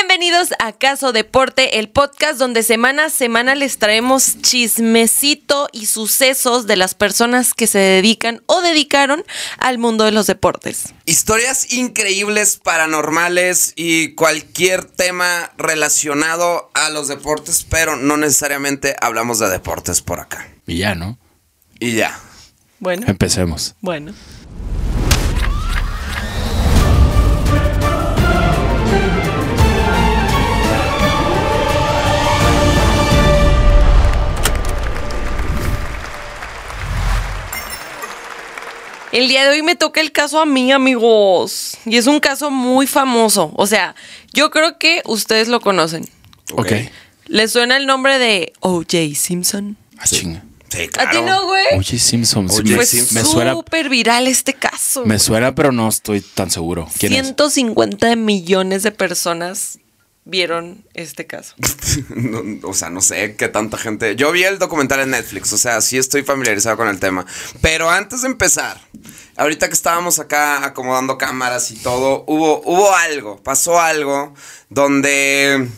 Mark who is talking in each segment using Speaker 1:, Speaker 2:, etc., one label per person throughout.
Speaker 1: Bienvenidos a Caso Deporte, el podcast donde semana a semana les traemos chismecito y sucesos de las personas que se dedican o dedicaron al mundo de los deportes.
Speaker 2: Historias increíbles, paranormales y cualquier tema relacionado a los deportes, pero no necesariamente hablamos de deportes por acá.
Speaker 3: Y ya, ¿no?
Speaker 2: Y ya.
Speaker 1: Bueno,
Speaker 3: Empecemos.
Speaker 1: bueno. El día de hoy me toca el caso a mí, amigos. Y es un caso muy famoso. O sea, yo creo que ustedes lo conocen.
Speaker 3: Ok.
Speaker 1: ¿Les suena el nombre de O.J. Simpson?
Speaker 3: Ah, chinga.
Speaker 2: Sí,
Speaker 1: ¿A ti
Speaker 2: claro.
Speaker 1: no, güey?
Speaker 3: Oye, Simpson. sí,
Speaker 2: Oye,
Speaker 3: me,
Speaker 1: Fue
Speaker 2: Simpson.
Speaker 3: me suena,
Speaker 1: súper viral este caso.
Speaker 3: me suena, pero no estoy tan seguro. ¿Quién es?
Speaker 1: 150 millones de personas vieron este caso.
Speaker 2: No, o sea, no sé qué tanta gente. Yo vi el documental en Netflix, o sea, sí estoy familiarizado con el tema. Pero antes de empezar, ahorita que estábamos acá acomodando cámaras y todo, hubo, hubo algo, pasó algo donde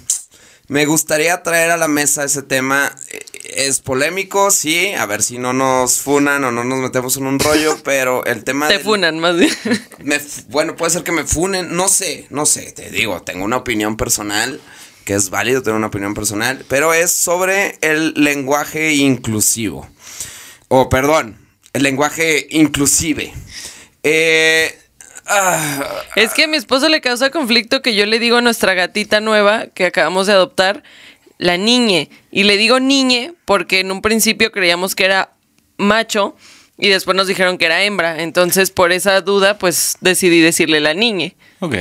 Speaker 2: me gustaría traer a la mesa ese tema. Eh, Es polémico, sí, a ver si no nos funan o no nos metemos en un rollo, pero el tema.
Speaker 1: Te
Speaker 2: del-
Speaker 1: funan más bien.
Speaker 2: me f- bueno, puede ser que me funen, no sé, no sé, te digo, tengo una opinión personal, que es válido tener una opinión personal, pero es sobre el lenguaje inclusivo. O perdón, el lenguaje inclusive. Eh, ah,
Speaker 1: Es que a mi esposo le causa conflicto que yo le digo a nuestra gatita nueva que acabamos de adoptar, la niñe. Y le digo niñe porque en un principio creíamos que era macho y después nos dijeron que era hembra. Entonces, por esa duda, pues decidí decirle la niñe.
Speaker 3: Ok.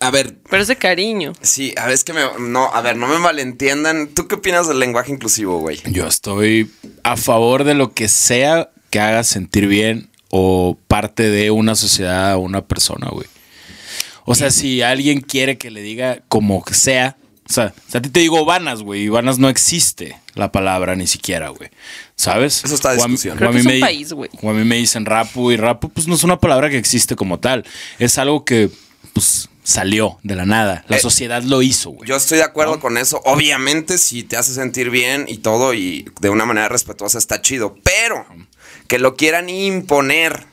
Speaker 2: a ver,
Speaker 1: Pero ese cariño.
Speaker 2: sí, a ver, es que me... No, a ver, no me malentiendan. ¿Tú qué opinas del lenguaje inclusivo, güey?
Speaker 3: Yo estoy a favor de lo que sea que haga sentir bien o parte de una sociedad o una persona, güey. O sea, si alguien quiere que le diga como que sea, o sea, a ti te digo vanas, güey, y vanas no existe la palabra ni siquiera, güey. ¿Sabes?
Speaker 2: Eso está de
Speaker 3: O a mí-
Speaker 2: discusión.
Speaker 3: o
Speaker 1: Creo
Speaker 3: a
Speaker 1: que
Speaker 3: mí
Speaker 1: es un
Speaker 3: me di-
Speaker 1: país, güey.
Speaker 3: O a mí me dicen rapu y rapu, pues no es una palabra que existe como tal. Es algo que, pues, salió de la nada. La
Speaker 2: Eh,
Speaker 3: sociedad lo hizo, güey.
Speaker 2: Yo estoy de acuerdo con eso. Obviamente, si te hace sentir bien y todo, y de una manera respetuosa está chido. Pero que lo quieran imponer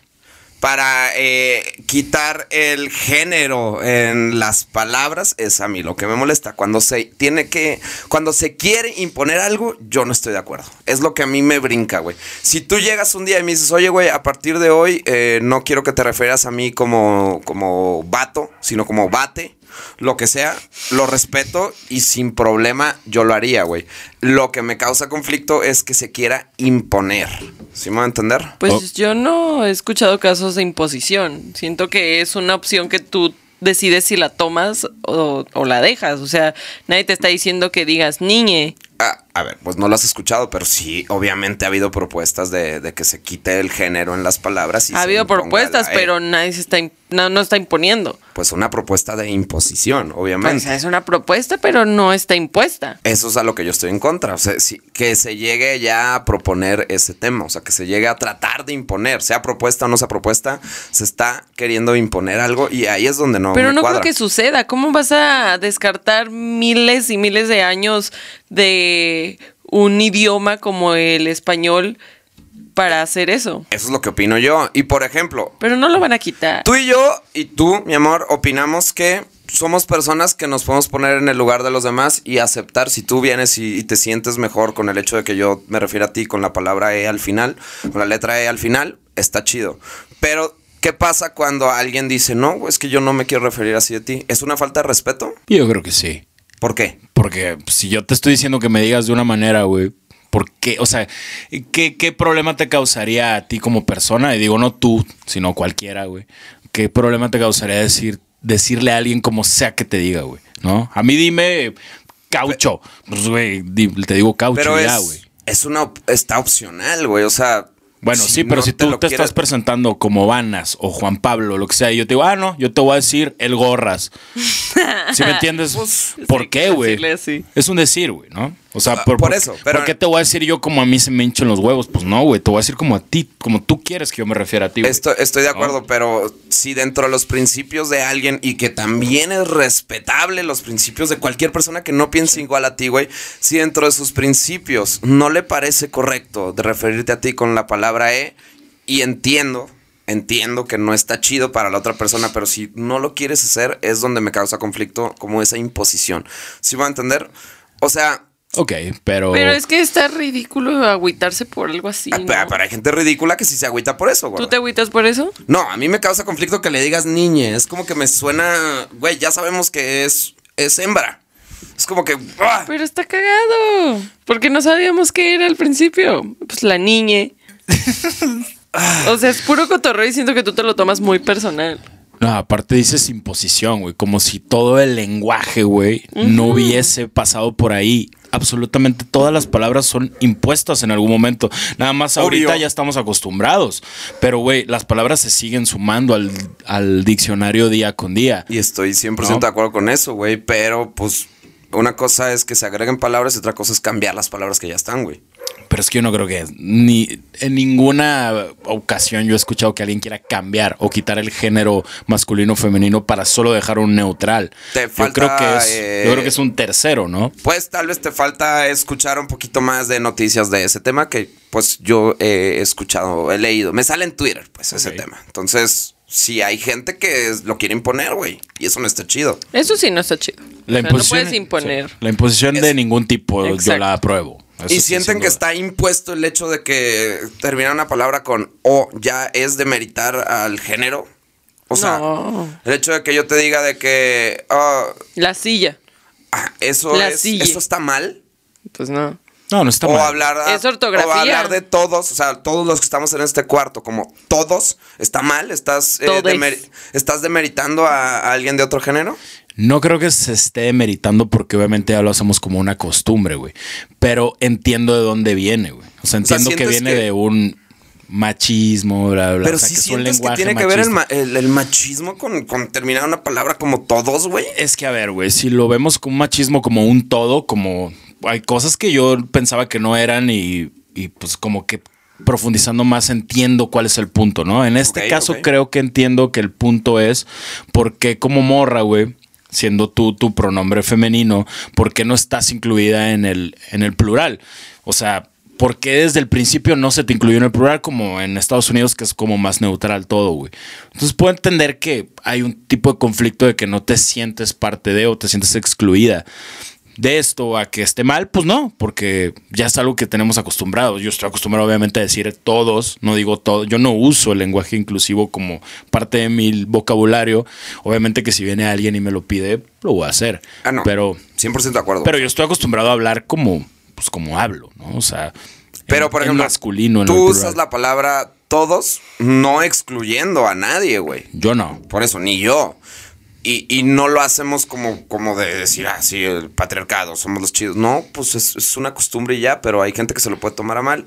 Speaker 2: para eh, quitar el género en las palabras es a mí lo que me molesta. Cuando se tiene que, cuando se quiere imponer algo, yo no estoy de acuerdo. Es lo que a mí me brinca, güey. Si tú llegas un día y me dices, oye, güey, a partir de hoy eh, no quiero que te refieras a mí como, como vato, sino como bate, lo que sea, lo respeto y sin problema yo lo haría, güey. Lo que me causa conflicto es que se quiera imponer. ¿Sí me va a entender?
Speaker 1: Pues
Speaker 3: Oh.
Speaker 1: yo no he escuchado casos de imposición. Siento que es una opción que tú decides si la tomas o, o la dejas. O sea, nadie te está diciendo que digas niñe.
Speaker 2: Ah, a ver, pues no lo has escuchado, pero sí, obviamente ha habido propuestas de, de que se quite el género en las palabras. y
Speaker 1: ha
Speaker 2: se
Speaker 1: habido
Speaker 2: imponga
Speaker 1: propuestas,
Speaker 2: la E.
Speaker 1: pero nadie se está, im- no, no está imponiendo.
Speaker 2: Pues una propuesta de imposición,
Speaker 1: O
Speaker 2: obviamente.
Speaker 1: sea, es una propuesta, pero no está impuesta.
Speaker 2: Eso es a lo que yo estoy en contra. O sea, sí, que se llegue ya a proponer ese tema. O sea, que se llegue a tratar de imponer, sea propuesta o no sea propuesta, se está queriendo imponer algo y ahí es donde no.
Speaker 1: Pero
Speaker 2: me
Speaker 1: no
Speaker 2: cuadra.
Speaker 1: creo que suceda. ¿Cómo vas a descartar miles y miles de años de un idioma como el español para hacer eso?
Speaker 2: Eso es lo que opino yo. Y por ejemplo,
Speaker 1: Pero no lo van a quitar.
Speaker 2: Tú y yo, y tú, mi amor, opinamos que somos personas que nos podemos poner en el lugar de los demás y aceptar si tú vienes y, y te sientes mejor con el hecho de que yo me refiero a ti con la palabra E al final, con la letra E al final, está chido. Pero, ¿qué pasa cuando alguien dice, no, es que yo no me quiero referir así de ti? ¿Es una falta de respeto?
Speaker 3: Yo creo que sí.
Speaker 2: ¿Por qué?
Speaker 3: Porque si yo te estoy diciendo que me digas de una manera, güey, ¿por qué? O sea, ¿qué, qué problema te causaría a ti como persona? Y digo, no tú, sino cualquiera, güey. ¿Qué problema te causaría decir, decirle a alguien como sea que te diga, güey? ¿No? A mí dime caucho. Pues, güey, di- te digo caucho
Speaker 2: Pero
Speaker 3: ya,
Speaker 2: es,
Speaker 3: güey.
Speaker 2: es una, op- está opcional, güey, o sea...
Speaker 3: Bueno, sí, pero
Speaker 2: no
Speaker 3: si tú
Speaker 2: lo
Speaker 3: te,
Speaker 2: quieres-
Speaker 3: estás presentando como Vanas o Juan Pablo, lo que sea, y yo te digo, ah, no, yo te voy a decir el gorras. ¿Sí me entiendes? ¿Por
Speaker 1: sí,
Speaker 2: Pues,
Speaker 3: qué, güey?
Speaker 1: decirle así.
Speaker 3: Es un decir, güey, ¿no? O sea,
Speaker 2: Ah,
Speaker 3: por,
Speaker 2: por
Speaker 3: por-
Speaker 2: eso, pero-
Speaker 3: ¿por qué te voy a decir yo como a mí se me hinchan los huevos? Pues no, güey. Te voy a decir como a ti, como tú quieres que yo me refiera a ti, güey.
Speaker 2: Estoy, estoy de acuerdo, pero si dentro de los principios de alguien y que también es respetable los principios de cualquier persona que no piense igual a ti, güey, si dentro de sus principios no le parece correcto de referirte a ti con la palabra E, y entiendo, entiendo que no está chido para la otra persona, pero si no lo quieres hacer es donde me causa conflicto como esa imposición. ¿Sí va a entender? O sea,
Speaker 3: Ok, pero...
Speaker 1: Pero es que está ridículo agüitarse por algo así.
Speaker 2: ah,
Speaker 1: ¿no?
Speaker 2: pero, pero hay gente ridícula que sí se agüita por eso, güey.
Speaker 1: ¿Tú te agüitas por eso?
Speaker 2: No, a mí me causa conflicto que le digas niña. Es como que me suena, güey, ya sabemos que es, es hembra. Es como que... ¡ah!
Speaker 1: Pero está cagado. Porque no sabíamos qué era al principio. Pues la niñe. o sea, es puro cotorreo y siento que tú te lo tomas muy personal.
Speaker 3: No, aparte dices imposición, güey. Como si todo el lenguaje, güey, no hubiese pasado por ahí. Absolutamente todas las palabras son impuestas en algún momento. Nada más ahorita
Speaker 2: Obvio.
Speaker 3: ya estamos acostumbrados. Pero, güey, las palabras se siguen sumando al, al diccionario día con día.
Speaker 2: Y estoy 100%
Speaker 3: No.
Speaker 2: de acuerdo con eso, güey. Pero pues una cosa es que se agreguen palabras y otra cosa es cambiar las palabras que ya están, güey.
Speaker 3: Pero es que yo no creo que ni en ninguna ocasión yo he escuchado que alguien quiera cambiar o quitar el género masculino o femenino para solo dejar un neutral.
Speaker 2: Te
Speaker 3: yo
Speaker 2: falta,
Speaker 3: creo que es,
Speaker 2: eh,
Speaker 3: yo creo que es un tercero, ¿no?
Speaker 2: Pues tal vez te falta escuchar un poquito más de noticias de ese tema que pues yo he escuchado, he leído. Me sale en Twitter, pues ese
Speaker 3: Ok.
Speaker 2: tema. Entonces, si hay gente que es- lo quiere imponer, güey. Y eso no está chido.
Speaker 1: Eso sí no está chido.
Speaker 3: La
Speaker 1: O sea, no
Speaker 3: imposición,
Speaker 1: puedes imponer.
Speaker 3: sí, la imposición de
Speaker 2: Es-
Speaker 3: ningún tipo yo
Speaker 1: Exacto.
Speaker 3: la apruebo. Eso
Speaker 2: Y
Speaker 3: sí,
Speaker 2: sienten
Speaker 3: sin
Speaker 2: que
Speaker 3: duda.
Speaker 2: está impuesto el hecho de que terminar una palabra con o ya es demeritar al género. O sea,
Speaker 1: No.
Speaker 2: el hecho de que yo te diga de que ah,
Speaker 1: La silla.
Speaker 2: ah, eso,
Speaker 1: La
Speaker 2: es-
Speaker 1: silla.
Speaker 2: eso está mal.
Speaker 1: Pues no.
Speaker 3: No, no está
Speaker 2: o
Speaker 3: mal.
Speaker 2: hablar a-
Speaker 1: Es ortografía.
Speaker 2: o hablar de todos, o sea, todos los que estamos en este cuarto, como todos, está mal, estás, eh,
Speaker 1: Todes.
Speaker 2: demeri- estás demeritando a, a alguien de otro género.
Speaker 3: No creo que se esté meritando porque obviamente ya lo hacemos como una costumbre, güey. Pero entiendo de dónde viene, güey. O sea,
Speaker 2: O sea,
Speaker 3: entiendo que
Speaker 2: ¿sientes
Speaker 3: viene
Speaker 2: que-
Speaker 3: de un machismo, bla, bla, bla.
Speaker 2: Pero
Speaker 3: o sea,
Speaker 2: si
Speaker 3: que es un
Speaker 2: sientes que
Speaker 3: lenguaje
Speaker 2: tiene que ver el,
Speaker 3: machista.
Speaker 2: ma- el- el machismo con, con terminar una palabra como todos, güey.
Speaker 3: Es que, a ver, güey, si lo vemos con machismo como un todo, como hay cosas que yo pensaba que no eran y, y, pues como que profundizando más entiendo cuál es el punto, ¿no? En este
Speaker 2: Ok,
Speaker 3: caso
Speaker 2: ok.
Speaker 3: creo que entiendo que el punto es porque como morra, güey, siendo tú tu pronombre femenino, ¿por qué no estás incluida en el, en el plural? O sea... ¿Por qué desde el principio no se te incluyó en el plural como en Estados Unidos, que es como más neutral todo, güey? Entonces puedo entender que hay un tipo de conflicto de que no te sientes parte de o te sientes excluida de esto a que esté mal, pues no, porque ya es algo que tenemos acostumbrados. Yo estoy acostumbrado obviamente a decir todos, no digo todo, yo no uso el lenguaje inclusivo como parte de mi vocabulario. Obviamente que si viene alguien y me lo pide, lo voy a hacer.
Speaker 2: Ah, no.
Speaker 3: Pero
Speaker 2: 100% de acuerdo.
Speaker 3: pero yo estoy acostumbrado a hablar como pues como hablo, ¿no? O sea,
Speaker 2: Pero,
Speaker 3: en-
Speaker 2: por
Speaker 3: en
Speaker 2: ejemplo,
Speaker 3: masculino en
Speaker 2: tú
Speaker 3: el plural.
Speaker 2: usas la palabra todos, no excluyendo a nadie, güey.
Speaker 3: yo no.
Speaker 2: Por eso, ni yo. Y, y no lo hacemos como, como de decir, ah, sí, el patriarcado, somos los chidos. No, pues es, es una costumbre y ya, pero hay gente que se lo puede tomar a mal.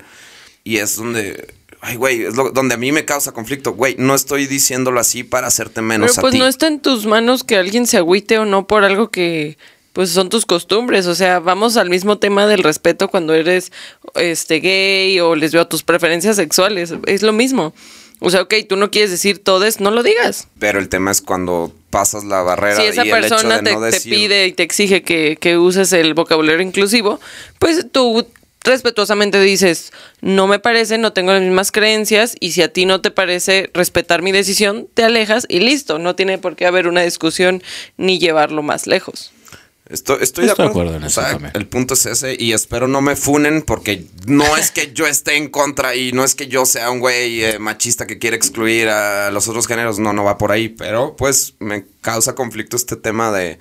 Speaker 2: Y es donde, ay, güey, es lo- donde a mí me causa conflicto. Güey, no estoy diciéndolo así para hacerte menos
Speaker 1: Pero
Speaker 2: a
Speaker 1: pues
Speaker 2: ti.
Speaker 1: no está en tus manos que alguien se agüite o no por algo que pues son tus costumbres, o sea, vamos al mismo tema del respeto cuando eres este gay o les veo tus preferencias sexuales, es lo mismo. O sea, ok, tú no quieres decir todes, no lo digas.
Speaker 2: Pero el tema es cuando pasas la barrera
Speaker 1: si esa
Speaker 2: y el hecho
Speaker 1: persona
Speaker 2: de
Speaker 1: te,
Speaker 2: no
Speaker 1: te
Speaker 2: decir.
Speaker 1: pide y te exige que, que uses el vocabulario inclusivo, pues tú respetuosamente dices, no me parece, no tengo las mismas creencias y si a ti no te parece respetar mi decisión, te alejas y listo, no tiene por qué haber una discusión ni llevarlo más lejos.
Speaker 2: Estoy, estoy de
Speaker 3: Estoy
Speaker 2: acuerdo.
Speaker 3: de acuerdo en
Speaker 2: O
Speaker 3: eso
Speaker 2: sea,
Speaker 3: también.
Speaker 2: El punto es ese y espero no me funen porque no es que yo esté en contra y no es que yo sea un güey eh, machista que quiere excluir a los otros géneros. No, no va por ahí. Pero pues me causa conflicto este tema de,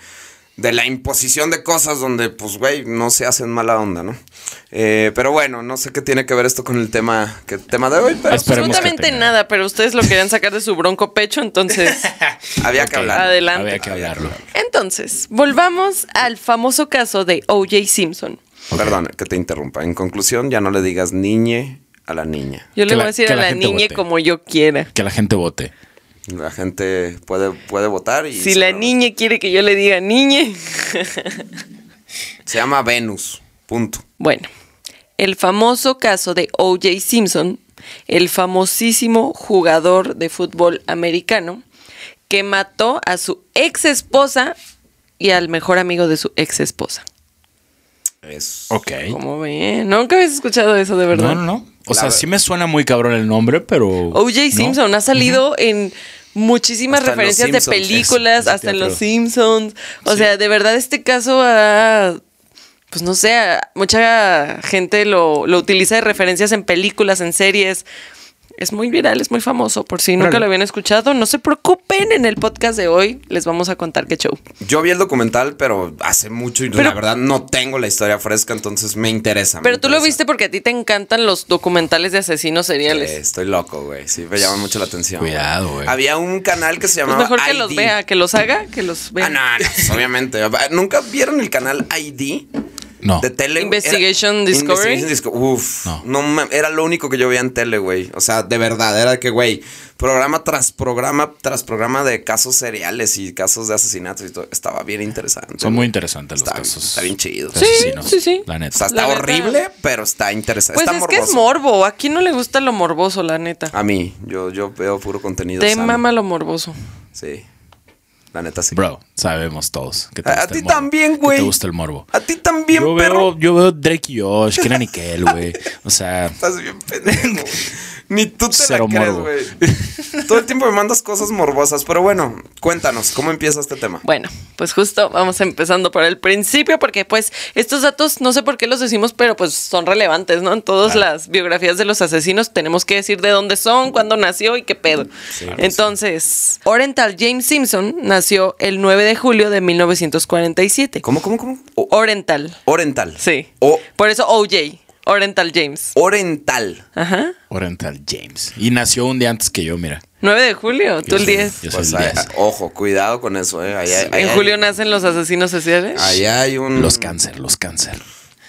Speaker 2: de la imposición de cosas donde pues güey no se hacen mala onda, ¿no? Eh, pero bueno, no sé qué tiene que ver esto con el tema, que, tema de hoy, pero pues,
Speaker 3: Espera. Esperemos que
Speaker 1: Absolutamente
Speaker 3: tenga.
Speaker 1: nada, pero ustedes lo querían sacar de su bronco pecho, entonces...
Speaker 2: había que
Speaker 3: Ok,
Speaker 2: hablar.
Speaker 1: Adelante.
Speaker 3: Había que hablarlo.
Speaker 1: Entonces, volvamos al famoso caso de OJ Simpson.
Speaker 2: Perdón, que te interrumpa. En conclusión, ya no le digas niñe a la niña.
Speaker 1: Yo le
Speaker 3: Que la-
Speaker 1: voy a decir
Speaker 3: que
Speaker 1: a
Speaker 3: la
Speaker 1: la
Speaker 3: gente
Speaker 1: niña
Speaker 3: vote.
Speaker 1: como yo quiera.
Speaker 3: Que la gente vote.
Speaker 2: La gente puede, puede votar y...
Speaker 1: Si
Speaker 2: se
Speaker 1: la
Speaker 2: lo-
Speaker 1: niña quiere que yo le diga niñe,
Speaker 2: Se llama Venus. Punto.
Speaker 1: Bueno, el famoso caso de O.J. Simpson, el famosísimo jugador de fútbol americano que mató a su ex esposa y al mejor amigo de su ex esposa.
Speaker 2: Es.
Speaker 3: Ok.
Speaker 1: Como ven, nunca habías escuchado eso de verdad.
Speaker 3: No, no, no. O
Speaker 2: La
Speaker 3: sea,
Speaker 2: ver-
Speaker 3: sí me suena muy cabrón el nombre, pero.
Speaker 1: O.J.
Speaker 3: no.
Speaker 1: Simpson ha salido en muchísimas
Speaker 2: Hasta en Los
Speaker 1: referencias de
Speaker 2: Simpsons,
Speaker 1: películas,
Speaker 3: eso, eso
Speaker 1: hasta en
Speaker 3: te
Speaker 1: Los
Speaker 3: creo.
Speaker 1: Simpsons. O sea, de verdad este caso ha- Pues no sé, a- mucha gente lo, lo utiliza de referencias en películas, en series. Es muy viral, es muy famoso. Por si nunca
Speaker 3: Órale.
Speaker 1: lo habían escuchado, no se preocupen. En el podcast de hoy les vamos a contar qué show.
Speaker 2: Yo vi el documental, pero hace mucho y la
Speaker 1: Pero-
Speaker 2: verdad no tengo la historia fresca, entonces me interesa. me
Speaker 1: Pero tú lo
Speaker 2: interesa.
Speaker 1: viste porque a ti te encantan los documentales de asesinos seriales.
Speaker 2: Eh, estoy loco, güey. Sí, me llama mucho la atención.
Speaker 3: Cuidado, güey.
Speaker 2: Había un canal que se
Speaker 1: Pues
Speaker 2: llamaba.
Speaker 1: mejor que los
Speaker 2: ID.
Speaker 1: vea, que los haga, que los vea.
Speaker 2: Ah, no, no, pues, obviamente. ¿Nunca vieron el canal ID?
Speaker 3: No.
Speaker 2: De tele. güey?
Speaker 1: Investigation Discovery.
Speaker 2: Investigation Disco- Uf. No.
Speaker 3: No.
Speaker 2: ma- era lo único que yo veía en tele, güey. O sea, de verdad, era que, güey, programa tras programa tras programa de casos seriales y casos de asesinatos y todo. Estaba bien interesante.
Speaker 3: Son
Speaker 2: güey.
Speaker 3: muy interesantes los
Speaker 2: Está-
Speaker 3: casos.
Speaker 2: Está bien chido.
Speaker 3: de
Speaker 1: Sí,
Speaker 3: asesinos,
Speaker 1: sí, sí.
Speaker 3: La
Speaker 2: O sea,
Speaker 3: neta.
Speaker 2: está
Speaker 1: La neta.
Speaker 2: horrible, pero está interesante.
Speaker 1: Pues
Speaker 2: está
Speaker 1: es que es
Speaker 2: morboso.
Speaker 1: morbo. ¿A quién no le gusta lo morboso, la neta?
Speaker 2: A mí, yo, yo veo puro contenido.
Speaker 1: Te
Speaker 2: sano.
Speaker 1: mama lo morboso.
Speaker 2: Sí. La neta sí.
Speaker 3: Bro, sabemos todos. Que te
Speaker 2: A-
Speaker 3: gusta
Speaker 2: a
Speaker 3: el
Speaker 2: ti
Speaker 3: morbo,
Speaker 2: también,
Speaker 3: que
Speaker 2: güey.
Speaker 3: Te gusta el morbo.
Speaker 2: A ti también,
Speaker 3: yo,
Speaker 2: perro.
Speaker 3: veo, yo veo Drake y Josh, Kenan y Kel, güey. O sea,
Speaker 2: Estás bien pendejo. güey. Ni tú te
Speaker 3: Cero
Speaker 2: la crees,
Speaker 3: morbo.
Speaker 2: güey. Todo el tiempo me mandas cosas morbosas, pero bueno, cuéntanos, ¿cómo empieza este tema?
Speaker 1: Bueno, pues justo vamos empezando por el principio porque pues estos datos no sé por qué los decimos, pero pues son relevantes, ¿no? En todas
Speaker 3: Claro.
Speaker 1: las biografías de los asesinos tenemos que decir de dónde son, cuándo nació y qué pedo. Entonces, Oriental James Simpson nació el 9 de julio de 1947.
Speaker 2: ¿Cómo, cómo, cómo? O-
Speaker 1: Oriental,
Speaker 2: oriental.
Speaker 1: sí.
Speaker 2: O
Speaker 1: Por eso OJ, Oriental James.
Speaker 2: oriental.
Speaker 1: Ajá.
Speaker 3: Oriental James. Y nació un día antes que yo, mira.
Speaker 1: 9 de julio, tú
Speaker 3: Yo
Speaker 1: el
Speaker 3: soy-
Speaker 1: 10.
Speaker 3: Yo soy
Speaker 2: Pues
Speaker 3: el
Speaker 2: ahí-
Speaker 3: 10.
Speaker 2: ojo, cuidado con eso, eh. Ahí, hay- ahí
Speaker 1: En
Speaker 2: hay-
Speaker 1: julio nacen los asesinos sociales.
Speaker 2: Ahí hay un.
Speaker 3: Los cáncer, los cáncer.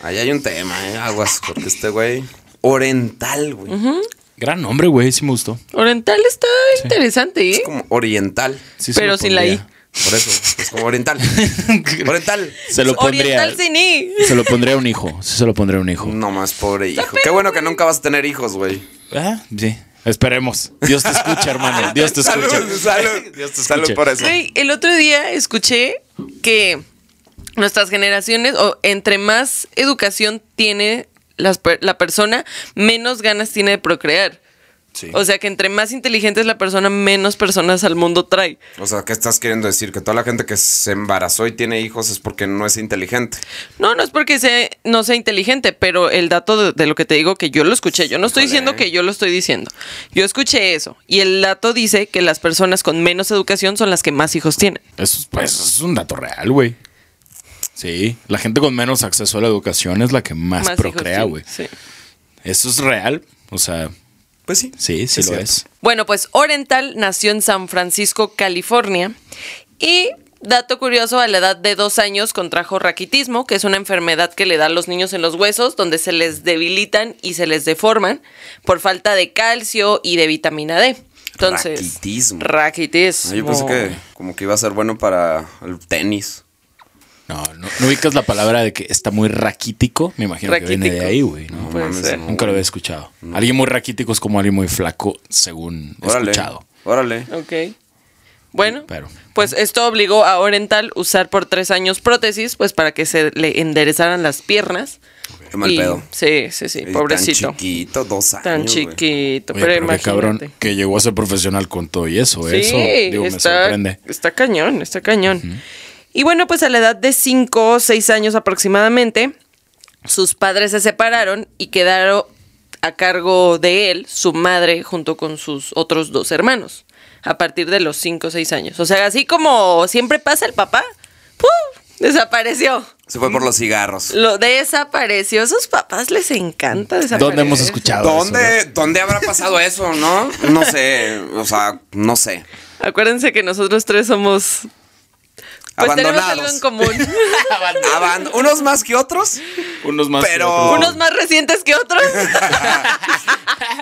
Speaker 2: ahí hay un tema, eh. Aguas, porque este güey. Oriental, güey.
Speaker 3: Gran nombre, güey. Sí me gustó.
Speaker 1: Oriental está interesante, ¿eh?
Speaker 2: Es como oriental.
Speaker 3: Sí se
Speaker 1: Pero
Speaker 3: lo
Speaker 1: sin la I.
Speaker 2: Por eso, es como oriental. oriental.
Speaker 3: Se lo pondría.
Speaker 1: Oriental sin I.
Speaker 3: Se lo pondría a un hijo. Sí se lo pondría a un hijo.
Speaker 2: No más, pobre hijo. Qué bueno que nunca vas a tener hijos, güey.
Speaker 3: Ah, sí. Esperemos. Dios te escucha, hermano. Dios te escucha.
Speaker 2: Salud, salud.
Speaker 3: Dios te
Speaker 2: Salud
Speaker 3: escucha.
Speaker 2: por eso.
Speaker 1: Güey, el otro día escuché que nuestras generaciones, o entre más educación tiene las per- la persona, menos ganas tiene de procrear.
Speaker 2: Sí.
Speaker 1: O sea que entre más inteligente es la persona, menos personas al mundo trae.
Speaker 2: O sea, ¿qué estás queriendo decir? Que toda la gente que se embarazó y tiene hijos es porque no es inteligente.
Speaker 1: No, no es porque sea- no sea inteligente, pero el dato de, de lo que te digo que yo lo escuché, yo no estoy
Speaker 2: Híjole.
Speaker 1: diciendo que yo lo estoy diciendo, yo escuché eso y el dato dice que las personas con menos educación son las que más hijos tienen.
Speaker 3: Eso, es- pues, eso es un dato real, güey. Sí, la gente con menos acceso a la educación es la que más,
Speaker 1: Más hijos
Speaker 3: procrea,
Speaker 1: tienen,
Speaker 3: güey.
Speaker 1: sí.
Speaker 3: Eso es real. O sea,
Speaker 2: Pues sí.
Speaker 3: sí, sí
Speaker 2: Es
Speaker 3: lo
Speaker 2: cierto.
Speaker 3: es.
Speaker 1: Bueno, pues Oriental nació en San Francisco, California. Y dato curioso, a la edad de dos años contrajo raquitismo, que es una enfermedad que le da a los niños en los huesos, donde se les debilitan y se les deforman por falta de calcio y de vitamina D. Entonces,
Speaker 2: Raquitismo.
Speaker 1: Raquitismo.
Speaker 2: Ah, yo pensé que como que iba a ser bueno para el tenis.
Speaker 3: No, no, no ubicas la palabra de que está muy raquítico. Me imagino que viene de
Speaker 1: Raquítico. Pues,
Speaker 3: ahí, güey. ¿no?
Speaker 1: Puede
Speaker 2: mames,
Speaker 1: ser.
Speaker 2: no.
Speaker 3: Nunca lo había escuchado. Alguien muy raquítico es como alguien muy flaco, según he
Speaker 2: Órale.
Speaker 3: escuchado.
Speaker 2: Órale.
Speaker 1: Ok. Bueno,
Speaker 3: Pero-
Speaker 1: pues esto obligó a Oriental usar por tres años prótesis, pues para que se le enderezaran las piernas.
Speaker 2: Qué mal
Speaker 1: Y-
Speaker 2: pedo.
Speaker 1: Sí, sí, sí,
Speaker 2: Y
Speaker 1: pobrecito.
Speaker 2: Tan chiquito, dos años.
Speaker 1: Tan
Speaker 2: güey.
Speaker 1: chiquito, pero,
Speaker 3: Oye, pero qué
Speaker 1: imagínate.
Speaker 3: cabrón que llegó a ser profesional con todo y eso.
Speaker 1: Sí,
Speaker 3: eso digo, me
Speaker 1: está,
Speaker 3: sorprende.
Speaker 1: está cañón, está cañón. Y bueno, pues a la edad de 5 o 6 años aproximadamente, sus padres se separaron y quedaron a cargo de él su madre junto con sus otros dos hermanos a partir de los 5 o 6 años. O sea, así como siempre pasa el papá, ¡pum! desapareció.
Speaker 2: Se fue por los cigarros.
Speaker 1: Lo desapareció. A sus papás les encanta desaparecer.
Speaker 3: ¿Dónde hemos escuchado? eso, eh? güey?
Speaker 2: ¿Dónde, ¿Dónde habrá pasado eso, no? No sé, o sea, no sé.
Speaker 1: Acuérdense que nosotros tres somos Pues tenemos algo
Speaker 2: abandonados.
Speaker 1: en común.
Speaker 2: Aban- unos más que otros.
Speaker 3: Unos más. que
Speaker 2: Pero-
Speaker 3: otros.
Speaker 1: Unos más recientes que otros.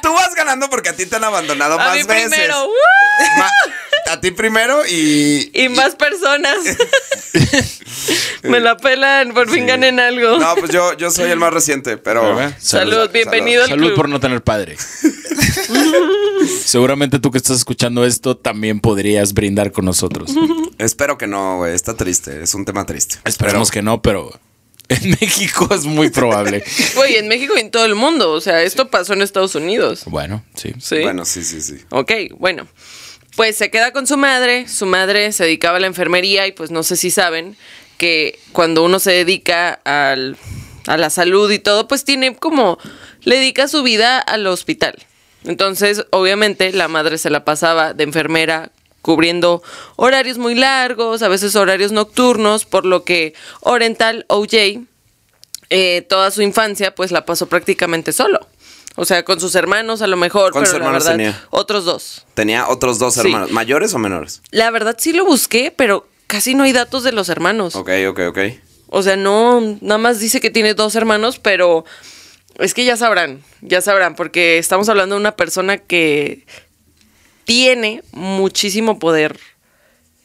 Speaker 2: Tú vas ganando porque a ti te han abandonado
Speaker 1: A
Speaker 2: más
Speaker 1: mí
Speaker 2: veces.
Speaker 1: primero. ¡uh!
Speaker 2: Ma- a ti primero y.
Speaker 1: Y más personas. Me la pelan, por fin ganen algo.
Speaker 2: No, pues yo, yo soy el más reciente, pero.
Speaker 3: A ver,
Speaker 1: salud,
Speaker 2: salud.
Speaker 1: bienvenido al
Speaker 3: Salud
Speaker 1: club.
Speaker 3: por no tener padre. Seguramente tú que estás escuchando esto también podrías brindar con nosotros.
Speaker 2: Espero que no, güey. Está triste. Es un tema triste.
Speaker 3: Esperemos que no, pero en México es muy probable.
Speaker 1: Güey, en México y en todo el mundo. O sea, esto pasó en Estados Unidos.
Speaker 3: Bueno, sí.
Speaker 1: Sí.
Speaker 2: Bueno, sí, sí, sí.
Speaker 1: Ok, bueno. Pues se queda con su madre, su madre se dedicaba a la enfermería y pues no sé si saben que cuando uno se dedica al- a la salud y todo, pues tiene como, le dedica su vida al hospital. Entonces, obviamente, la madre se la pasaba de enfermera cubriendo horarios muy largos, a veces horarios nocturnos, por lo que Oriental OJ eh, toda su infancia pues la pasó prácticamente solo. O sea, con sus hermanos a lo mejor,
Speaker 2: ¿Cuántos
Speaker 1: pero la
Speaker 2: hermanos
Speaker 1: verdad,
Speaker 2: tenía?
Speaker 1: otros dos.
Speaker 2: Tenía otros dos
Speaker 1: Sí.
Speaker 2: hermanos. ¿Mayores o menores?
Speaker 1: La verdad sí lo busqué, pero casi no hay datos de los hermanos.
Speaker 2: Ok, ok, ok.
Speaker 1: O sea, no, nada más dice que tiene dos hermanos, pero es que ya sabrán, ya sabrán, porque estamos hablando de una persona que tiene muchísimo poder.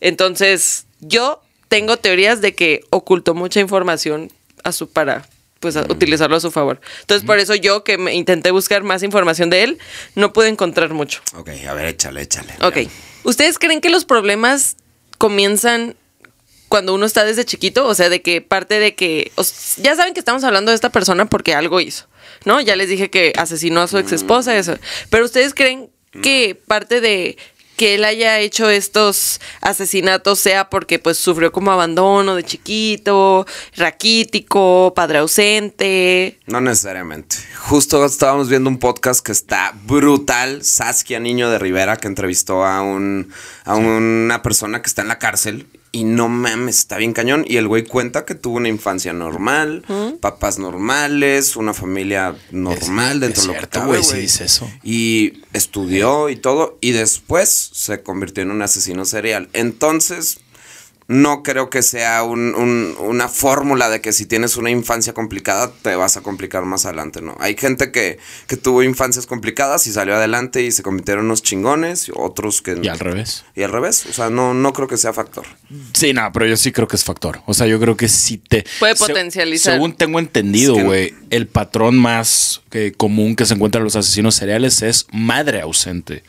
Speaker 1: Entonces, yo tengo teorías de que ocultó mucha información a su para pues a- utilizarlo a su favor. Entonces, por eso yo que me intenté buscar más información de él, no pude encontrar mucho.
Speaker 2: Ok, a ver, échale, échale.
Speaker 1: Ok. ¿Ustedes creen que los problemas comienzan cuando uno está desde chiquito? O sea, de que parte de que. o s- ya saben que estamos hablando de esta persona porque algo hizo, ¿no? Ya les dije que asesinó a su ex
Speaker 2: Mm.
Speaker 1: esposa, eso. Pero ¿ustedes creen que parte de que él haya hecho estos asesinatos sea porque pues sufrió como abandono de chiquito, raquítico, padre ausente?
Speaker 2: No necesariamente. Justo estábamos viendo un podcast que está brutal. Saskia Niño de Rivera, que entrevistó a, un, a una persona que está en la cárcel. Y no mames, está bien cañón. Y el güey cuenta que tuvo una infancia normal, papás normales, una familia normal
Speaker 3: Es-
Speaker 2: dentro de
Speaker 3: es
Speaker 2: lo que
Speaker 3: cierto,
Speaker 2: cabe,
Speaker 3: güey, sí dice eso.
Speaker 2: Y estudió y todo. Y después se convirtió en un asesino serial. Entonces, no creo que sea un- un- una fórmula de que si tienes una infancia complicada te vas a complicar más adelante, ¿no? Hay gente que, que tuvo infancias complicadas y salió adelante y se convirtieron unos chingones, y otros que...
Speaker 3: Y al revés.
Speaker 2: Y al revés, o sea, no, no creo que sea factor.
Speaker 3: Sí, nada, pero yo sí creo que es factor. O sea, yo creo que sí te.
Speaker 1: Puede
Speaker 3: se-
Speaker 1: potencializar.
Speaker 3: Según tengo entendido,
Speaker 2: Es que no-
Speaker 3: güey, el patrón más eh, común que se encuentra en los asesinos seriales es madre ausente,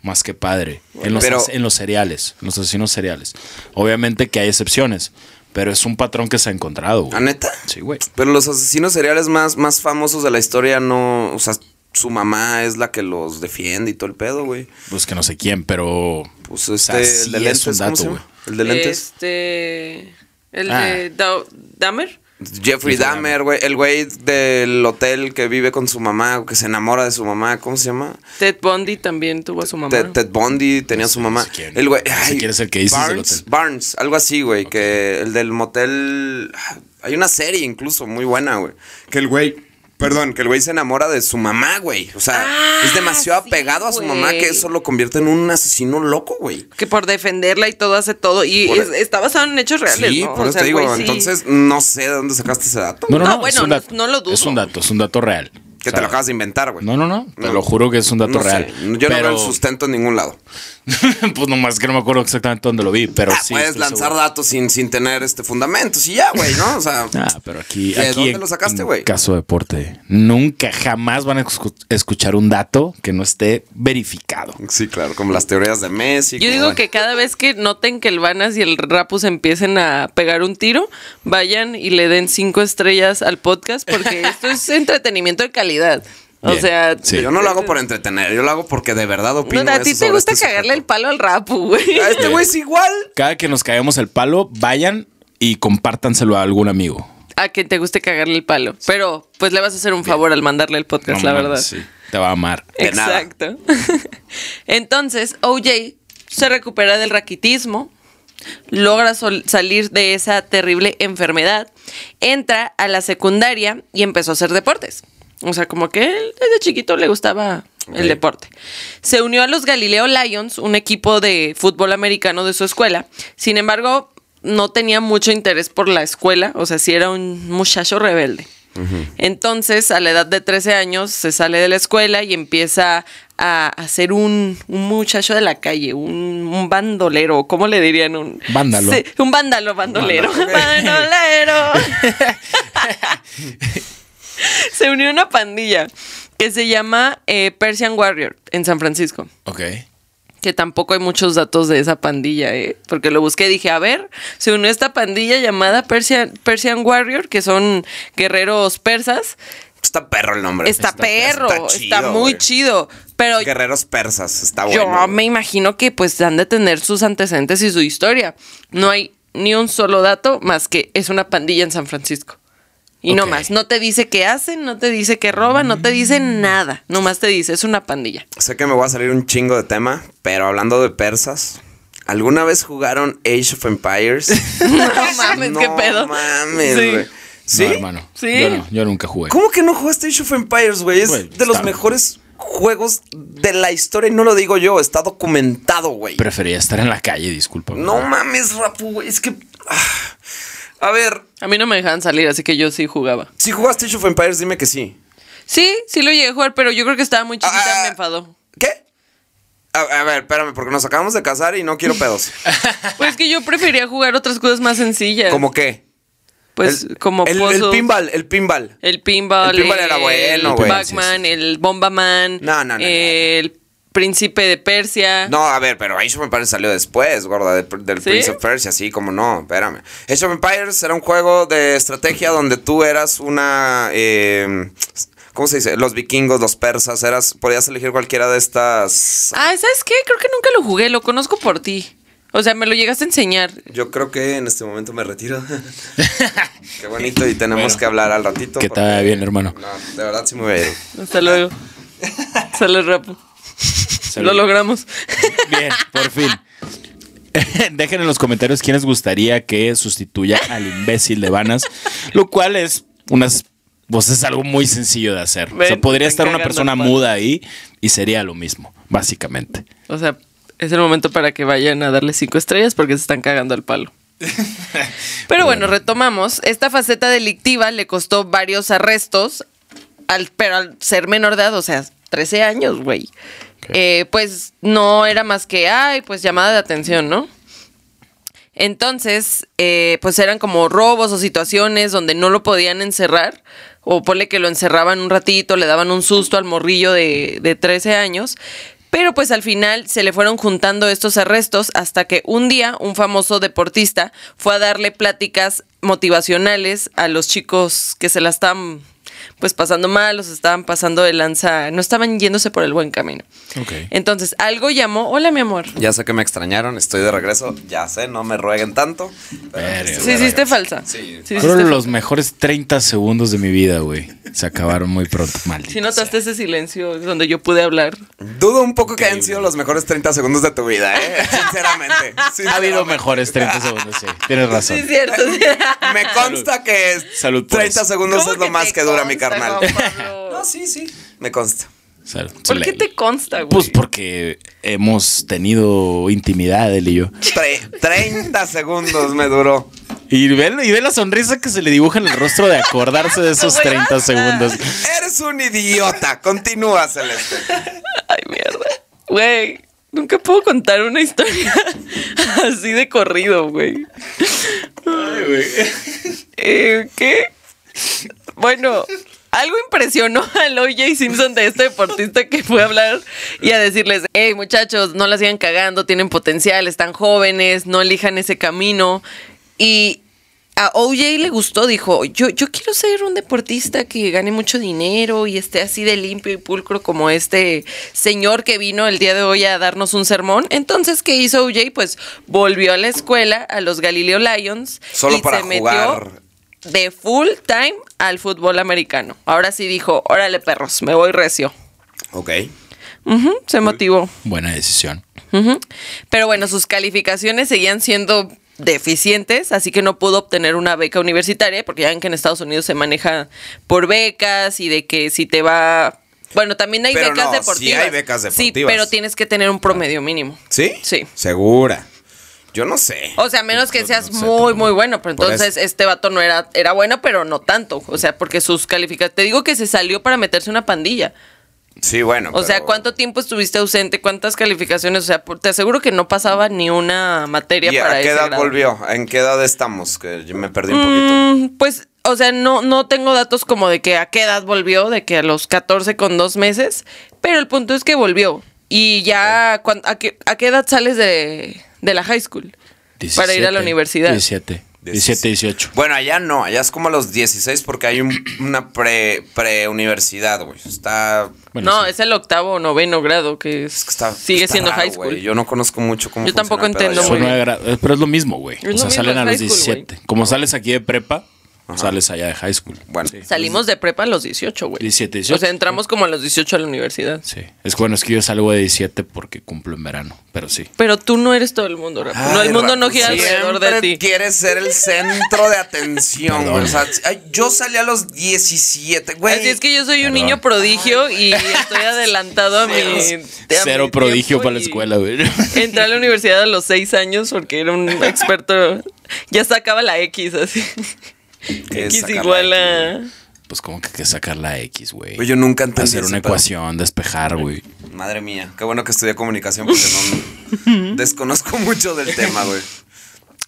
Speaker 3: más que padre. En los,
Speaker 2: Pero-
Speaker 3: as- en los seriales, en los asesinos seriales. Obviamente que hay excepciones, pero es un patrón que se ha encontrado,
Speaker 2: ¿A
Speaker 3: güey.
Speaker 2: neta?
Speaker 3: Sí, güey.
Speaker 2: Pero los asesinos seriales más, más famosos de la historia no... O sea, su mamá es la que los defiende y todo el pedo, güey.
Speaker 3: Pues que no sé quién, pero.
Speaker 1: Ah,
Speaker 2: Pues
Speaker 3: o
Speaker 2: este,
Speaker 3: sea, sí
Speaker 2: el de lentes,
Speaker 3: es un
Speaker 2: ¿cómo se
Speaker 3: dato,
Speaker 2: llama? El de lentes.
Speaker 1: Este. El
Speaker 3: Ah.
Speaker 1: de Dau- Dahmer.
Speaker 2: Jeffrey Dahmer, güey. El güey del hotel que vive con su mamá, que se enamora de su mamá. ¿Cómo se llama?
Speaker 1: Ted Bundy también tuvo a su mamá.
Speaker 2: Ted, Ted Bundy tenía a su mamá.
Speaker 3: sé quién.
Speaker 2: el güey.
Speaker 3: No sé
Speaker 2: ay,
Speaker 3: quién es el que dices del
Speaker 2: Barnes,
Speaker 3: hotel.
Speaker 2: Barnes, algo así, güey. Que el del motel. Hay una serie incluso muy buena, güey. Que el güey. Perdón, que el güey se enamora de su mamá, güey. O sea,
Speaker 1: Ah,
Speaker 2: es demasiado
Speaker 1: sí,
Speaker 2: apegado a su mamá
Speaker 1: güey.
Speaker 2: que eso lo convierte en un asesino loco, güey.
Speaker 1: que por defenderla y todo hace todo. Y
Speaker 2: Por-
Speaker 1: es- está basado en hechos reales.
Speaker 2: Sí,
Speaker 1: ¿no?
Speaker 2: por
Speaker 1: O
Speaker 2: eso
Speaker 1: sea,
Speaker 2: te
Speaker 1: el
Speaker 2: digo.
Speaker 1: güey sí.
Speaker 2: Entonces, no sé de dónde sacaste ese dato.
Speaker 3: No, no,
Speaker 1: No,
Speaker 3: no.
Speaker 1: bueno,
Speaker 3: es un
Speaker 1: no-
Speaker 3: dato,
Speaker 1: no lo dudo.
Speaker 3: Es un dato, es un dato real.
Speaker 2: Que
Speaker 3: O
Speaker 2: te
Speaker 3: sea,
Speaker 2: lo acabas de inventar, güey.
Speaker 3: No, no, no. Te
Speaker 2: No.
Speaker 3: lo juro que es un dato
Speaker 2: No sé,
Speaker 3: real.
Speaker 2: Yo no
Speaker 3: Pero-
Speaker 2: veo el sustento en ningún lado.
Speaker 3: pues nomás que no me acuerdo exactamente dónde lo vi, pero
Speaker 2: Ah,
Speaker 3: sí.
Speaker 2: puedes
Speaker 3: estoy
Speaker 2: lanzar
Speaker 3: seguro.
Speaker 2: datos sin, sin tener este fundamentos y ya, güey, ¿no? O sea,
Speaker 3: Ah, pero aquí.
Speaker 2: ¿De
Speaker 3: aquí
Speaker 2: dónde
Speaker 3: en-
Speaker 2: lo sacaste,
Speaker 3: en
Speaker 2: güey?
Speaker 3: Caso deporte. Nunca, jamás van a escu- escuchar un dato que no esté verificado.
Speaker 2: sí, claro, como las teorías de Messi.
Speaker 1: Yo
Speaker 2: como,
Speaker 1: digo
Speaker 2: bueno.
Speaker 1: que cada vez que noten que el Vanas y el Rapus empiecen a pegar un tiro, vayan y le den cinco estrellas al podcast porque esto es entretenimiento de calidad. O
Speaker 3: Bien,
Speaker 1: sea,
Speaker 3: sí.
Speaker 2: Yo no lo hago por entretener, yo lo hago porque de verdad opino.
Speaker 1: no, a ti
Speaker 2: eso
Speaker 1: te
Speaker 2: sobre
Speaker 1: gusta
Speaker 2: este
Speaker 1: cagarle el
Speaker 2: sujeto.
Speaker 1: palo al Rapu, güey.
Speaker 2: A este güey es igual.
Speaker 3: Cada que nos caigamos el palo, vayan y compártanselo a algún amigo.
Speaker 1: A quien te guste cagarle el palo. Pero pues le vas a hacer un favor al mandarle el podcast,
Speaker 3: No
Speaker 1: la
Speaker 3: mames,
Speaker 1: verdad.
Speaker 3: sí, te va a amar.
Speaker 2: De nada.
Speaker 1: Exacto. Entonces, OJ se recupera del raquitismo, logra sol- salir de esa terrible enfermedad, entra a la secundaria y empezó a hacer deportes. O sea, como que él desde chiquito le gustaba el
Speaker 2: Ok.
Speaker 1: deporte. Se unió a los Galileo Lions, un equipo de fútbol americano de su escuela. Sin embargo, no tenía mucho interés por la escuela, o sea, sí era un muchacho rebelde. Entonces, a la edad de 13 años, se sale de la escuela y empieza a, a ser un, un muchacho de la calle, un, un bandolero, ¿cómo le dirían? Un
Speaker 3: Vándalo.
Speaker 1: Sí, un vándalo, bandolero. Bandolero. se unió a una pandilla que se llama eh, Persian Warrior en San Francisco.
Speaker 3: Ok.
Speaker 1: Que tampoco hay muchos datos de esa pandilla, ¿eh? Porque lo busqué y dije, a ver, se unió esta pandilla llamada Persian, Persian Warrior, que son guerreros persas.
Speaker 2: Está perro el nombre.
Speaker 1: Está, perro, está,
Speaker 2: chido,
Speaker 1: muy
Speaker 2: güey.
Speaker 1: chido. Pero
Speaker 2: Guerreros persas, está
Speaker 1: yo
Speaker 2: bueno.
Speaker 1: me imagino que pues han de tener sus antecedentes y su historia. No hay ni un solo dato más que es una pandilla en San Francisco. Y no
Speaker 3: Ok.
Speaker 1: más, no te dice qué hacen, no te dice qué roban, no te dice
Speaker 2: Mm.
Speaker 1: nada. Nomás te dice, es una pandilla.
Speaker 2: Sé que me voy a salir un chingo de tema, pero hablando de persas, ¿alguna vez jugaron Age of Empires?
Speaker 1: No mames, qué pedo.
Speaker 2: mames,
Speaker 1: Sí.
Speaker 2: güey. ¿Sí?
Speaker 3: No, hermano.
Speaker 1: Sí.
Speaker 3: Yo, no, yo nunca jugué.
Speaker 2: ¿Cómo que no jugaste Age of Empires, güey? Es
Speaker 3: Güey,
Speaker 2: de los
Speaker 3: está-
Speaker 2: mejores juegos de la historia y no lo digo yo, está documentado, güey.
Speaker 3: Prefería estar en la calle, disculpa.
Speaker 2: No
Speaker 3: güey.
Speaker 2: mames, Rapu, güey, es que... ah. A ver,
Speaker 1: A mí no me dejaban salir, así que yo sí jugaba.
Speaker 2: si jugaste Age of Empires, dime que sí.
Speaker 1: Sí, sí lo llegué a jugar, pero yo creo que estaba muy chiquita,
Speaker 2: Ah.
Speaker 1: me enfadó.
Speaker 2: ¿Qué? A, a ver, espérame, porque nos acabamos de casar y no quiero pedos.
Speaker 1: Pues es que yo prefería jugar otras cosas más sencillas.
Speaker 2: ¿Cómo qué?
Speaker 1: pues
Speaker 2: el,
Speaker 1: como
Speaker 2: el, el
Speaker 1: puzzles,
Speaker 2: pinball, el pinball.
Speaker 1: el pinball,
Speaker 2: El pinball era bueno,
Speaker 1: el
Speaker 2: güey.
Speaker 1: Pac-Man, el Bombaman,
Speaker 2: No, no, no, no.
Speaker 1: el Príncipe de
Speaker 3: Ah.
Speaker 1: Persia.
Speaker 2: No, a ver, pero Age of Empires salió después, gorda, del, del
Speaker 1: ¿Sí?
Speaker 2: Prince of Persia, sí, como no, espérame. Age of Empires era un juego de estrategia donde tú eras una... eh, ¿Cómo se dice? Los vikingos, los persas, eras, podías elegir cualquiera de estas...
Speaker 1: Ah, ¿sabes qué? Creo que nunca lo jugué, lo conozco por ti. O sea, me lo llegaste a enseñar.
Speaker 2: Yo creo que en este momento me retiro. Qué bonito, y tenemos que hablar al ratito.
Speaker 3: Que te
Speaker 2: porque-
Speaker 3: vaya bien, hermano.
Speaker 2: No, de verdad sí me voy a ir.
Speaker 1: Hasta luego. Salud, Rapo. Lo logramos.
Speaker 3: Bien, por fin. Dejen en los comentarios quién les gustaría que sustituya al imbécil de Vanas, lo cual es unas pues es algo muy sencillo de hacer. o
Speaker 1: Ven,
Speaker 3: sea, podría
Speaker 1: están
Speaker 3: estar una
Speaker 1: cagando
Speaker 3: persona
Speaker 1: el palo.
Speaker 3: muda ahí y sería lo mismo, básicamente.
Speaker 1: O sea, es el momento para que vayan a darle cinco estrellas porque se están cagando al palo. Pero bueno, retomamos. Esta faceta delictiva le costó varios arrestos, al, pero al ser menor de edad, o sea, 13 años, güey. Eh, pues no era más que, ay, pues llamada de atención, ¿no? Entonces, eh, pues eran como robos o situaciones donde no lo podían encerrar, o ponle que lo encerraban un ratito, le daban un susto al morrillo de, de 13 años, pero pues al final se le fueron juntando estos arrestos hasta que un día un famoso deportista fue a darle pláticas motivacionales a los chicos que se la estaban pues pasando mal, los estaban pasando de lanza, no estaban yéndose por el buen camino.
Speaker 3: Ok.
Speaker 1: Entonces, algo llamó, hola mi amor.
Speaker 2: Ya sé que me extrañaron, estoy de regreso. Ya sé, no me rueguen tanto. pero
Speaker 3: Verga.
Speaker 2: estoy
Speaker 1: Sí,
Speaker 2: de
Speaker 1: hiciste
Speaker 2: regreso.
Speaker 1: falsa.
Speaker 2: Sí.
Speaker 1: Sí,
Speaker 3: Fueron
Speaker 1: hiciste
Speaker 3: los mejores 30 segundos de mi vida, güey. Se acabaron muy pronto, maldito.
Speaker 1: Si notaste ese silencio donde yo pude hablar.
Speaker 2: Dudo un poco que hayan sido los mejores 30 segundos de tu vida, ¿eh? Sinceramente.
Speaker 3: sea. Ha
Speaker 2: sinceramente.
Speaker 3: habido mejores 30 segundos, sí. Tienes razón.
Speaker 1: Sí, es cierto.
Speaker 2: Me consta que
Speaker 3: Salud por
Speaker 2: 30
Speaker 3: eso.
Speaker 2: segundos es lo más que dura mi carnal.
Speaker 1: No,
Speaker 2: No, sí, sí. Me consta.
Speaker 3: Salud.
Speaker 1: ¿Por qué te consta, güey?
Speaker 3: Pues porque hemos tenido intimidad él y yo.
Speaker 2: Tre- 30 segundos me duró.
Speaker 3: Y ve, y ve la sonrisa que se le dibuja en el rostro de acordarse de esos
Speaker 1: No, güey,
Speaker 3: 30
Speaker 1: basta.
Speaker 3: segundos.
Speaker 2: Eres un idiota. Continúa, Celeste.
Speaker 1: Ay, mierda. Güey, nunca puedo contar una historia así de corrido, güey. Eh, ¿Qué? Bueno, algo impresionó al OJ Simpson de este deportista que fue a hablar y a decirles, hey muchachos, no la sigan cagando, tienen potencial, están jóvenes, no elijan ese camino. Y a OJ le gustó, dijo, yo, yo quiero ser un deportista que gane mucho dinero y esté así de limpio y pulcro como este señor que vino el día de hoy a darnos un sermón. Entonces, ¿qué hizo OJ? Pues volvió a la escuela, a los Galileo Lions.
Speaker 2: Solo
Speaker 1: y
Speaker 2: para
Speaker 1: se metió
Speaker 2: jugar.
Speaker 1: de full time al fútbol americano. Ahora sí dijo, órale perros, me voy recio.
Speaker 2: Ok.
Speaker 1: Ujú, se motivó.
Speaker 3: Buena decisión.
Speaker 1: Ujú. Pero bueno, sus calificaciones seguían siendo deficientes, así que no pudo obtener una beca universitaria, porque ya ven que en Estados Unidos se maneja por becas y de que si te va... Bueno, también hay
Speaker 2: Pero
Speaker 1: becas
Speaker 2: no, sí
Speaker 1: deportivas.
Speaker 2: hay becas
Speaker 1: Sí,
Speaker 2: deportivas.
Speaker 1: pero tienes que tener un promedio mínimo.
Speaker 2: ¿Sí?
Speaker 1: Sí.
Speaker 2: Segura. Yo no sé.
Speaker 1: O sea, a menos
Speaker 2: Pues,
Speaker 1: que seas
Speaker 3: no sé,
Speaker 1: muy,
Speaker 3: tampoco.
Speaker 1: muy bueno. Pero
Speaker 2: Por
Speaker 1: entonces este vato no era, era bueno, pero no tanto. O sea, porque sus calificaciones. Te digo que se salió para meterse una pandilla.
Speaker 2: Sí, bueno.
Speaker 1: O sea,
Speaker 2: pero-
Speaker 1: ¿cuánto tiempo estuviste ausente? ¿Cuántas calificaciones? O sea, por- te aseguro que no pasaba ni una materia
Speaker 2: ¿Y
Speaker 1: para
Speaker 2: a qué
Speaker 1: ese
Speaker 2: edad
Speaker 1: grado.
Speaker 2: volvió? ¿En qué edad estamos? Que yo me perdí un poquito.
Speaker 1: Mm, pues, o sea, no, no tengo datos como de que a qué edad volvió, de que a los 14 con dos meses, pero el punto es que volvió. Y ya, cuan- a, qué, ¿a qué edad sales de, de la high school? para ir a la
Speaker 3: 17,
Speaker 1: universidad.
Speaker 3: 17. 17, 18.
Speaker 2: Bueno, allá no, allá es como a los 16 porque hay un- una pre- pre-universidad, güey. Está,
Speaker 3: Bueno,
Speaker 1: no,
Speaker 3: sí.
Speaker 1: es el octavo o noveno grado que es-
Speaker 2: está-
Speaker 1: sigue
Speaker 2: está
Speaker 1: siendo
Speaker 2: raro,
Speaker 1: high school.
Speaker 2: güey. Yo no conozco mucho cómo
Speaker 1: Yo tampoco
Speaker 2: funciona el
Speaker 1: entiendo
Speaker 2: pedo allá.
Speaker 1: muy
Speaker 3: Son
Speaker 1: bien.
Speaker 3: nueve gra- eh, Pero es lo mismo, güey.
Speaker 1: lo
Speaker 3: O sea,
Speaker 1: mismo,
Speaker 3: salen
Speaker 1: es
Speaker 3: a los
Speaker 1: high school,
Speaker 3: 17. Como sales aquí de prepa, sales allá de high school.
Speaker 2: Bueno,
Speaker 1: Salimos de prepa a los 18, güey.
Speaker 3: 17, 18.
Speaker 1: O sea, entramos como a los 18 a la universidad.
Speaker 3: Sí. Es que, bueno, es que yo salgo de 17 porque cumplo en verano, pero sí.
Speaker 1: Pero tú no eres todo el mundo, Rafa. No, el
Speaker 2: Ay,
Speaker 1: mundo no
Speaker 2: Rafa,
Speaker 1: gira alrededor de
Speaker 2: Ah, siempre
Speaker 1: ti.
Speaker 2: Quieres ser el centro de atención, güey.
Speaker 3: Perdón.
Speaker 2: O sea, ay, yo salí a los 17, güey.
Speaker 1: Así es que yo soy un
Speaker 3: Perdón.
Speaker 1: niño prodigio y estoy adelantado a mi. a mi
Speaker 3: Cero
Speaker 1: tiempo
Speaker 3: prodigio para la
Speaker 1: y
Speaker 3: escuela, güey.
Speaker 1: Entré a la universidad a los seis años porque era un experto. Ya sacaba la X así.
Speaker 2: ¿Qué es
Speaker 1: X
Speaker 2: sacar la
Speaker 1: igual
Speaker 2: X,
Speaker 1: a.
Speaker 3: Pues como que, hay que sacar la X, güey.
Speaker 2: Güey, yo nunca entendí
Speaker 3: Hacer
Speaker 2: ese
Speaker 3: una
Speaker 2: pedo.
Speaker 3: ecuación, despejar, güey.
Speaker 2: Madre mía, qué bueno que estudié comunicación porque no desconozco mucho del tema, güey.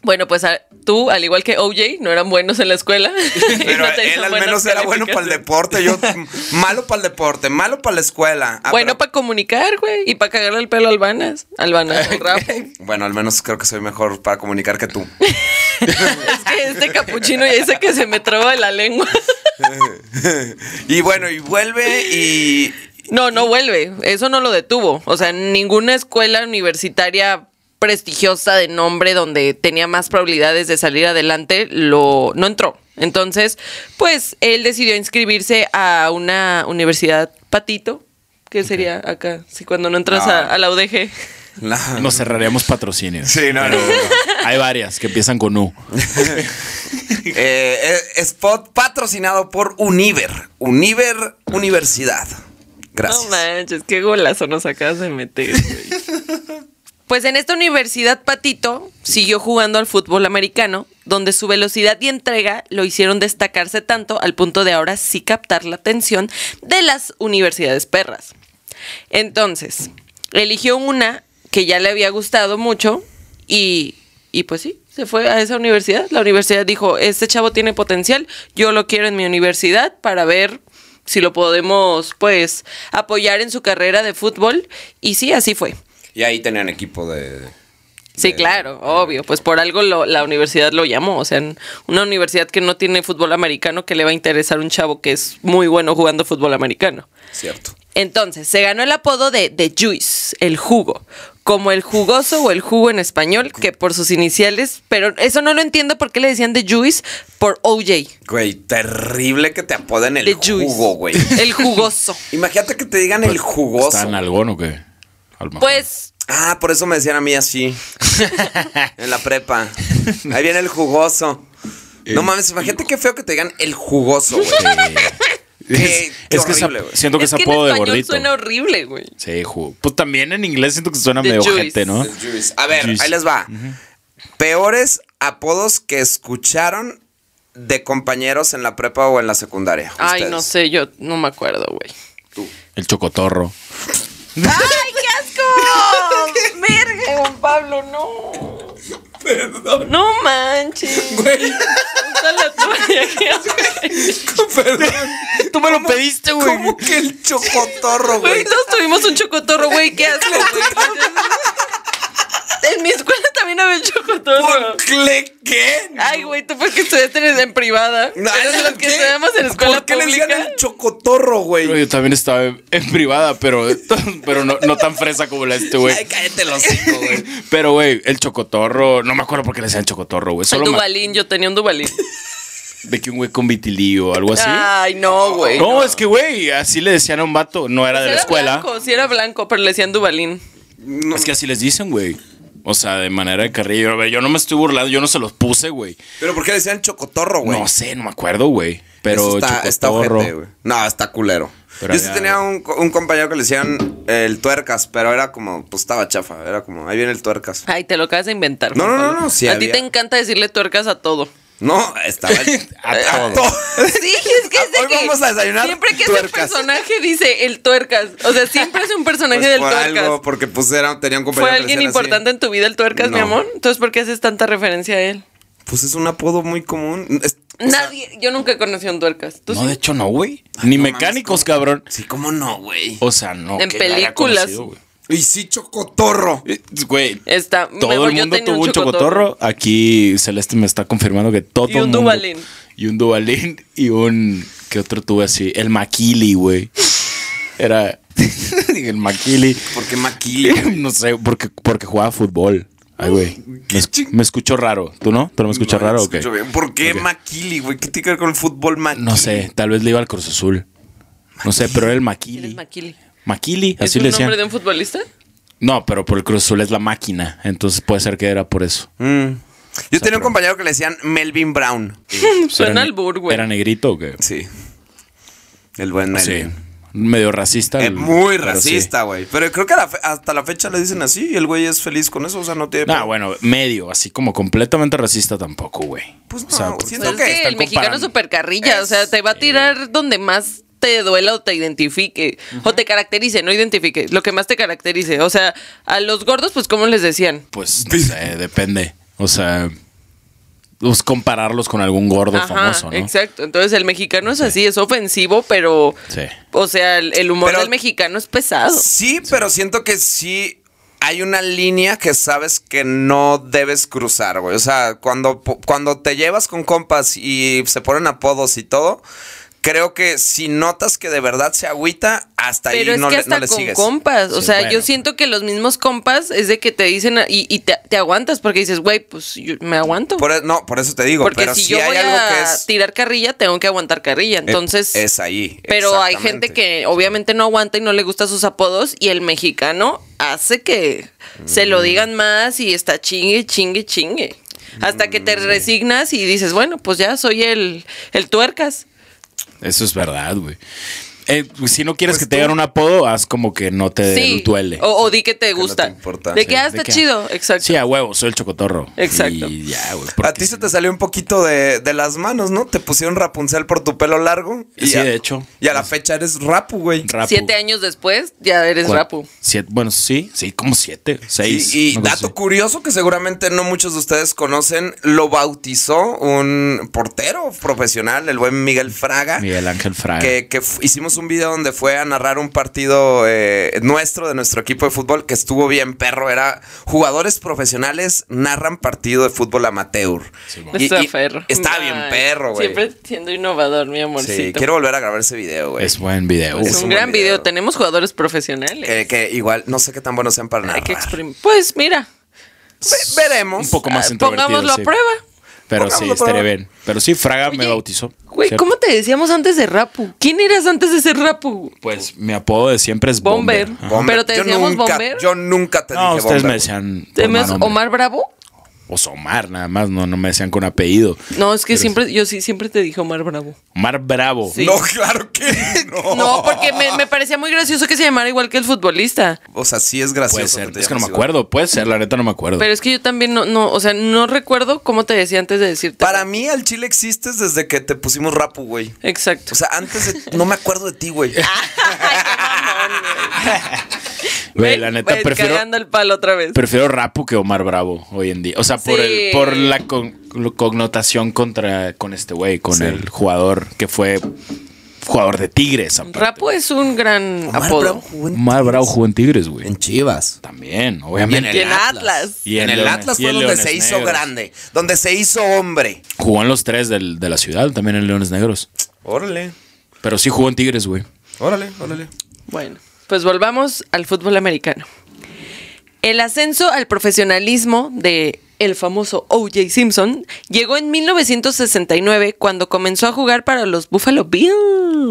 Speaker 1: Bueno, pues a- tú, al igual que OJ, no eran buenos en la escuela. Y
Speaker 2: Pero
Speaker 1: no te
Speaker 2: él
Speaker 1: hizo
Speaker 2: al
Speaker 1: buenas
Speaker 2: menos era bueno para el
Speaker 1: calificaciones.
Speaker 2: deporte, yo malo para el deporte, malo para la escuela. Ah,
Speaker 1: Bueno,
Speaker 2: pero-
Speaker 1: para comunicar, güey. Y para cagarle el pelo a Albanas. Albanas, o Rafa.
Speaker 2: bueno, al menos creo que soy mejor para comunicar que tú.
Speaker 1: Es que este capuchino ya dice que se me traba la lengua.
Speaker 2: Y bueno, y vuelve y
Speaker 1: No, no vuelve. Eso no lo detuvo. O sea, ninguna escuela universitaria prestigiosa de nombre donde tenía más probabilidades de salir adelante lo no entró. Entonces, pues él decidió inscribirse a una universidad patito, que sería acá, si cuando no entras a, a la UDG.
Speaker 2: la-
Speaker 3: Nos cerraríamos patrocinio.
Speaker 2: Sí, no, no, no.
Speaker 3: Hay varias que empiezan con U.
Speaker 2: Eh, eh, spot patrocinado por Univer, Univer Universidad. Gracias.
Speaker 1: No manches, qué golazo nos acabas de meter. güey. pues en esta universidad Patito siguió jugando al fútbol americano, donde su velocidad y entrega lo hicieron destacarse tanto al punto de ahora sí captar la atención de las universidades perras. Entonces, eligió una que ya le había gustado mucho y, y pues sí, se fue a esa universidad. La universidad dijo, este chavo tiene potencial, yo lo quiero en mi universidad para ver si lo podemos pues apoyar en su carrera de fútbol. Y sí, así fue.
Speaker 2: Y ahí tenían equipo de.
Speaker 1: Sí,
Speaker 2: de-
Speaker 1: claro, obvio. Pues por algo lo- la universidad lo llamó. O sea, en una universidad que no tiene fútbol americano, que le va a interesar un chavo que es muy bueno jugando fútbol americano.
Speaker 2: Cierto.
Speaker 1: Entonces, se ganó el apodo de The Juice, el jugo, como el jugoso o el jugo en español, que por sus iniciales, pero eso no lo entiendo por qué le decían The Juice por OJ.
Speaker 2: Güey, terrible que te apoden el
Speaker 1: The
Speaker 2: jugo, güey.
Speaker 1: Juice. El jugoso.
Speaker 2: Imagínate que te digan el jugoso.
Speaker 3: ¿Está en algón o qué? A lo mejor.
Speaker 1: Pues,
Speaker 2: Ah, por eso me decían a mí así. en la prepa. Ahí viene el jugoso. No mames, imagínate qué feo que te digan el jugoso, güey. Qué-
Speaker 3: es,
Speaker 2: qué
Speaker 3: es que esa-
Speaker 2: horrible, güey.
Speaker 3: siento que
Speaker 1: eh, es
Speaker 3: es
Speaker 1: que en
Speaker 3: apodo de
Speaker 1: español
Speaker 3: gordito.
Speaker 1: suena horrible, güey.
Speaker 3: Sí, ju- Pues también en inglés siento que suena
Speaker 1: The
Speaker 3: medio
Speaker 1: Juice.
Speaker 3: ojete, ¿no?
Speaker 2: The Juice. A ver,
Speaker 3: Juice.
Speaker 2: ahí les va. Peores apodos que escucharon de compañeros en la prepa o en la secundaria.
Speaker 1: Ay,
Speaker 2: ustedes.
Speaker 1: no sé, yo no me acuerdo, güey.
Speaker 3: El chocotorro.
Speaker 1: ¡Ay, qué asco! ¡Merga! Juan Pablo, no. Perdón. No manches. Usa la toalla que-
Speaker 3: Tú me lo pediste,
Speaker 2: ¿Cómo que el chocotorro,
Speaker 1: Güey,
Speaker 2: güey?
Speaker 1: todos tuvimos un chocotorro, güey, qué asco, güey. En mi escuela también había un chocotorro.
Speaker 2: ¿Cle- ¿Qué?
Speaker 1: Ay, güey, tú porque estudiaste en, en privada.
Speaker 2: No,
Speaker 1: Eres los que
Speaker 2: ¿qué?
Speaker 1: estudiamos en escuela
Speaker 2: ¿Por qué le
Speaker 1: pública.
Speaker 2: decían el chocotorro, güey?
Speaker 3: Yo también estaba en, en privada, pero, pero no, no tan fresa como la de este, güey.
Speaker 2: Ay, cállate los hocico, güey.
Speaker 3: Pero, güey, el chocotorro, no me acuerdo por qué le decían chocotorro, güey.
Speaker 1: El
Speaker 3: Solo me-
Speaker 1: Dubalín, yo tenía un Dubalín.
Speaker 3: de que un güey con vitiligo o algo así.
Speaker 1: Ay, ¿Oh, no, güey. Pues
Speaker 3: no, es que, güey, así le decían a un vato, no era de la
Speaker 1: Era
Speaker 3: escuela.
Speaker 1: blanco, sí era blanco, pero le decían Dubalín.
Speaker 3: Es que así les dicen, güey. O sea, de manera de carrillo. A ver, yo no me estoy burlando, yo no se los puse, güey.
Speaker 2: Pero ¿por qué le decían chocotorro, güey?
Speaker 3: No sé, no me acuerdo, güey.
Speaker 2: Eso
Speaker 3: Pero
Speaker 2: está, está
Speaker 3: chocotorro.
Speaker 2: ojete, güey. No, está culero.
Speaker 3: Pero
Speaker 2: Yo sí
Speaker 3: había-
Speaker 2: tenía un, co- un compañero que le decían eh, el tuercas, pero era como, pues estaba chafa, era como, ahí viene el tuercas.
Speaker 1: Ay, te lo acabas de inventar.
Speaker 2: No,
Speaker 1: Juan
Speaker 2: no, no,
Speaker 1: Pablo.
Speaker 2: no, sí
Speaker 1: a ti
Speaker 2: había.
Speaker 1: te encanta decirle tuercas a todo.
Speaker 2: No, estaba Eh,
Speaker 3: A todo.
Speaker 1: Sí, es que es de
Speaker 2: Hoy
Speaker 1: que
Speaker 2: vamos a desayunar
Speaker 1: Siempre que ese
Speaker 2: tuercas.
Speaker 1: personaje dice el tuercas. O sea, siempre es un personaje
Speaker 2: Pues
Speaker 1: del
Speaker 2: por
Speaker 1: tuercas.
Speaker 2: algo, porque pues era, tenía un compañero
Speaker 1: ¿Fue
Speaker 2: que le
Speaker 1: alguien
Speaker 2: decían así.
Speaker 1: importante en tu vida el tuercas, mi
Speaker 2: No.
Speaker 1: amor? Entonces, ¿por qué haces tanta referencia a él?
Speaker 2: Pues es un apodo muy común. Es- o sea,
Speaker 1: Nadie, yo nunca conocí a un tuercas. ¿Tú
Speaker 3: No,
Speaker 1: sí?
Speaker 3: de hecho no, güey. Ni
Speaker 2: no mames,
Speaker 3: mecánicos,
Speaker 2: ¿cómo?
Speaker 3: cabrón.
Speaker 2: Sí, cómo no, güey.
Speaker 3: O sea, no.
Speaker 1: En
Speaker 3: que yo haya
Speaker 1: películas.
Speaker 3: conocido, güey.
Speaker 2: Y sí, chocotorro.
Speaker 3: Eh, Güey.
Speaker 1: Está. mi
Speaker 3: Todo
Speaker 1: amor,
Speaker 3: el
Speaker 1: yo
Speaker 3: mundo
Speaker 1: tenía
Speaker 3: tuvo un chocotorro. Aquí Celeste me está confirmando que todo
Speaker 1: Y un
Speaker 3: mundo-
Speaker 1: Dubalín.
Speaker 3: Y un Dubalín y un. ¿Qué otro tuve así? El Maquili, güey. Era. el Maquili.
Speaker 2: ¿Por qué maquilla?
Speaker 3: No sé, porque, porque jugaba fútbol. Ay, güey.
Speaker 2: Qué
Speaker 3: Me, es-
Speaker 2: ching-
Speaker 3: me escucho raro. ¿Tú no? ¿Tú no me escuchas
Speaker 2: No,
Speaker 3: raro o qué?
Speaker 2: escucho bien. ¿Por qué
Speaker 3: Ok.
Speaker 2: Maquili, güey? ¿Qué tiene que ver con el fútbol Maquili?
Speaker 3: No sé, tal vez le iba al Cruz Azul. No sé, pero era el
Speaker 1: ¿Quién es
Speaker 3: Maquili.
Speaker 1: Maquili?
Speaker 3: Maquili,
Speaker 1: ¿Es
Speaker 3: así
Speaker 1: un
Speaker 3: le
Speaker 1: nombre
Speaker 3: decían.
Speaker 1: de un futbolista?
Speaker 3: No, pero por el Cruz Azul es la máquina. Entonces puede ser que era por eso.
Speaker 2: Mm. Yo tenía un compañero que le decían Melvin Brown.
Speaker 1: Mm, Suena
Speaker 3: Era ne-
Speaker 1: al burro, güey.
Speaker 3: ¿Era negrito o qué?
Speaker 2: Sí. El buen
Speaker 3: Pues Sí.
Speaker 2: Melvin.
Speaker 3: Medio racista.
Speaker 2: Es
Speaker 3: el-
Speaker 2: muy
Speaker 3: pero sí.
Speaker 2: racista, güey. Pero creo que a la fe- hasta la fecha le dicen así y el güey es feliz con eso. O sea, no tiene.
Speaker 3: No, bueno, medio, así como completamente racista tampoco, güey.
Speaker 2: Pues no,
Speaker 3: O sea, porque
Speaker 2: siento
Speaker 1: Pues
Speaker 2: que
Speaker 1: es que
Speaker 3: están
Speaker 1: el mexicano es
Speaker 3: comparando. eh,
Speaker 1: súper carrilla, o sea, te va a tirar donde más te duela o te identifique, o te caracterice, no identifique, lo que más te caracterice. O sea, a los gordos, pues, ¿cómo les decían?
Speaker 3: Pues no sé, depende. O sea, pues compararlos con algún gordo famoso, ¿no?
Speaker 1: exacto. Entonces, el mexicano es así, es ofensivo, pero,
Speaker 3: Sí.
Speaker 1: o sea, el, el humor
Speaker 2: Pero-
Speaker 1: del mexicano es pesado.
Speaker 2: Sí, pero siento que sí hay una línea que sabes que no debes cruzar, güey. O sea, cuando, po- cuando te llevas con compas y se ponen apodos y todo, creo que si notas que de verdad se agüita, hasta
Speaker 1: Pero
Speaker 2: ahí
Speaker 1: es
Speaker 2: no,
Speaker 1: que
Speaker 2: le, no
Speaker 1: hasta
Speaker 2: le
Speaker 1: con
Speaker 2: sigues.
Speaker 1: compas, o
Speaker 3: Sí,
Speaker 1: sea, yo
Speaker 3: bueno.
Speaker 1: siento que los mismos compas es de que te dicen y, y te, te aguantas porque dices, güey, pues yo me aguanto.
Speaker 2: Por e- no, por eso te digo,
Speaker 1: porque
Speaker 2: pero
Speaker 1: si
Speaker 2: si,
Speaker 1: yo
Speaker 2: hay
Speaker 1: voy
Speaker 2: algo
Speaker 1: a
Speaker 2: que es. Eh,
Speaker 1: tirar carrilla, tengo que aguantar carrilla. Entonces,
Speaker 2: es ahí.
Speaker 1: pero hay
Speaker 2: exactamente.
Speaker 1: gente que obviamente no aguanta y no le gustan sus apodos y el mexicano hace que se
Speaker 2: Mm.
Speaker 1: lo digan más y está chingue, chingue, chingue. Hasta que
Speaker 2: Mm.
Speaker 1: te resignas y dices, bueno, pues ya soy el, el tuercas.
Speaker 3: Eso es verdad, güey. Eh, si no quieres
Speaker 2: Pues
Speaker 3: que te
Speaker 2: tú-
Speaker 3: hagan un apodo, haz como que no te
Speaker 1: Sí.
Speaker 3: duele.
Speaker 1: O, o di que te
Speaker 2: no
Speaker 1: gusta.
Speaker 2: te importa.
Speaker 1: de que
Speaker 3: Sí,
Speaker 1: ah,
Speaker 3: de
Speaker 1: está
Speaker 3: que-
Speaker 1: chido. Exacto.
Speaker 3: Sí, a huevo, soy el chocotorro.
Speaker 1: Exacto.
Speaker 3: Y ya, güey.
Speaker 2: A ti se te salió un poquito de, de las manos, ¿no? Te pusieron Rapunzel por tu pelo largo.
Speaker 3: Sí,
Speaker 2: a-
Speaker 3: de hecho.
Speaker 2: Y a la fecha eres rapu, güey.
Speaker 3: Rapu.
Speaker 1: Siete años después, ya eres
Speaker 3: Cua-
Speaker 1: rapu.
Speaker 3: Siete, bueno, sí, sí, como siete, seis.
Speaker 2: Y, y
Speaker 3: una cosa
Speaker 2: dato
Speaker 3: así.
Speaker 2: curioso que seguramente no muchos de ustedes conocen, lo bautizó un portero profesional, el buen Miguel Fraga.
Speaker 3: Miguel Ángel Fraga.
Speaker 2: Que, que f- hicimos un video donde fue a narrar un partido eh, nuestro, de nuestro equipo de fútbol, que estuvo bien perro. Era jugadores profesionales narran partido de fútbol amateur. Y-
Speaker 1: Está
Speaker 2: y
Speaker 1: perro.
Speaker 2: Está bien
Speaker 1: Ay,
Speaker 2: perro, güey.
Speaker 1: Siempre siendo innovador, mi amorcito.
Speaker 2: Sí, quiero volver a grabar ese video, güey. Pues,
Speaker 3: Es buen video.
Speaker 2: Es
Speaker 1: es
Speaker 2: un
Speaker 1: un
Speaker 2: buen
Speaker 1: gran video.
Speaker 2: video. Eh,
Speaker 1: Tenemos jugadores profesionales.
Speaker 2: Que, que igual, no sé qué tan buenos sean para
Speaker 1: Hay
Speaker 2: narrar.
Speaker 1: que exprimir. Pues mira,
Speaker 2: Ve- veremos.
Speaker 3: Un poco más
Speaker 1: ah,
Speaker 3: introvertido.
Speaker 1: pongámoslo
Speaker 3: sí.
Speaker 1: a prueba.
Speaker 3: Pero
Speaker 2: Pongámoslo
Speaker 3: sí,
Speaker 2: a prueba.
Speaker 3: estaría bien. Pero sí, Fraga me
Speaker 1: Oye,
Speaker 3: bautizó.
Speaker 1: Güey,
Speaker 3: ¿cierto?
Speaker 1: ¿cómo te decíamos antes de rapu? ¿Quién eras antes de ser rapu?
Speaker 3: Pues mi apodo de siempre es
Speaker 1: Bomber.
Speaker 3: Bomber.
Speaker 1: Bomber.
Speaker 3: Ajá.
Speaker 2: Bomber.
Speaker 1: Pero te
Speaker 2: yo
Speaker 1: decíamos
Speaker 2: nunca,
Speaker 1: bomber.
Speaker 2: Yo nunca te dije
Speaker 3: No, ustedes
Speaker 2: bomber, güey.
Speaker 3: me decían.
Speaker 1: ¿Te
Speaker 3: Omar,
Speaker 1: llamas
Speaker 3: hombre.
Speaker 1: Omar Bravo?
Speaker 3: O Somar, nada más. No, no me decían con apellido.
Speaker 1: No, es que
Speaker 3: Pero-
Speaker 1: siempre, yo sí siempre te dije Omar Bravo.
Speaker 3: Omar Bravo.
Speaker 1: Sí.
Speaker 2: No, claro que no.
Speaker 1: No, porque me, me parecía muy gracioso que se llamara igual que el futbolista.
Speaker 2: O sea, sí es gracioso.
Speaker 3: Puede ser.
Speaker 2: te
Speaker 3: Es que no me
Speaker 2: llames igual.
Speaker 3: acuerdo. Puede ser, la neta no me acuerdo.
Speaker 1: Pero es que yo también no, no, o sea, no recuerdo cómo te decía antes de decirte.
Speaker 2: Para mí, al chile existes desde que te pusimos rapu, güey.
Speaker 1: Exacto.
Speaker 2: O sea, antes de- no me acuerdo de ti, güey.
Speaker 1: Ah,
Speaker 3: Güey,
Speaker 1: Ven,
Speaker 3: la neta
Speaker 1: ven,
Speaker 3: prefiero.
Speaker 1: Cagando el palo otra vez.
Speaker 3: Prefiero Rapu que Omar Bravo hoy en día. O sea, por
Speaker 1: Sí.
Speaker 3: el, por la con- lo- connotación contra con este güey, con
Speaker 2: Sí.
Speaker 3: el jugador que fue jugador de Tigres. aparte.
Speaker 1: Rapo es un gran
Speaker 2: Omar
Speaker 1: apodo.
Speaker 2: Bravo jugó en-
Speaker 3: Omar Bravo jugó en Tigres, güey.
Speaker 2: en Chivas.
Speaker 3: También,
Speaker 2: Y en
Speaker 3: obviamente.
Speaker 1: Y en Atlas.
Speaker 3: Y
Speaker 2: en,
Speaker 3: en
Speaker 2: el
Speaker 3: Leones-
Speaker 2: Atlas
Speaker 3: y
Speaker 2: fue
Speaker 3: en
Speaker 2: donde
Speaker 3: Leones
Speaker 2: se hizo
Speaker 3: Negros.
Speaker 2: grande, donde se hizo hombre.
Speaker 3: Jugó en los tres del- de la ciudad, también en Leones Negros.
Speaker 2: Órale,
Speaker 3: Pero sí jugó en Tigres, güey.
Speaker 2: órale, órale.
Speaker 1: Bueno, pues volvamos al fútbol americano. El ascenso al profesionalismo de el famoso O.J. Simpson llegó en 1969 cuando comenzó a jugar para los Buffalo Bills.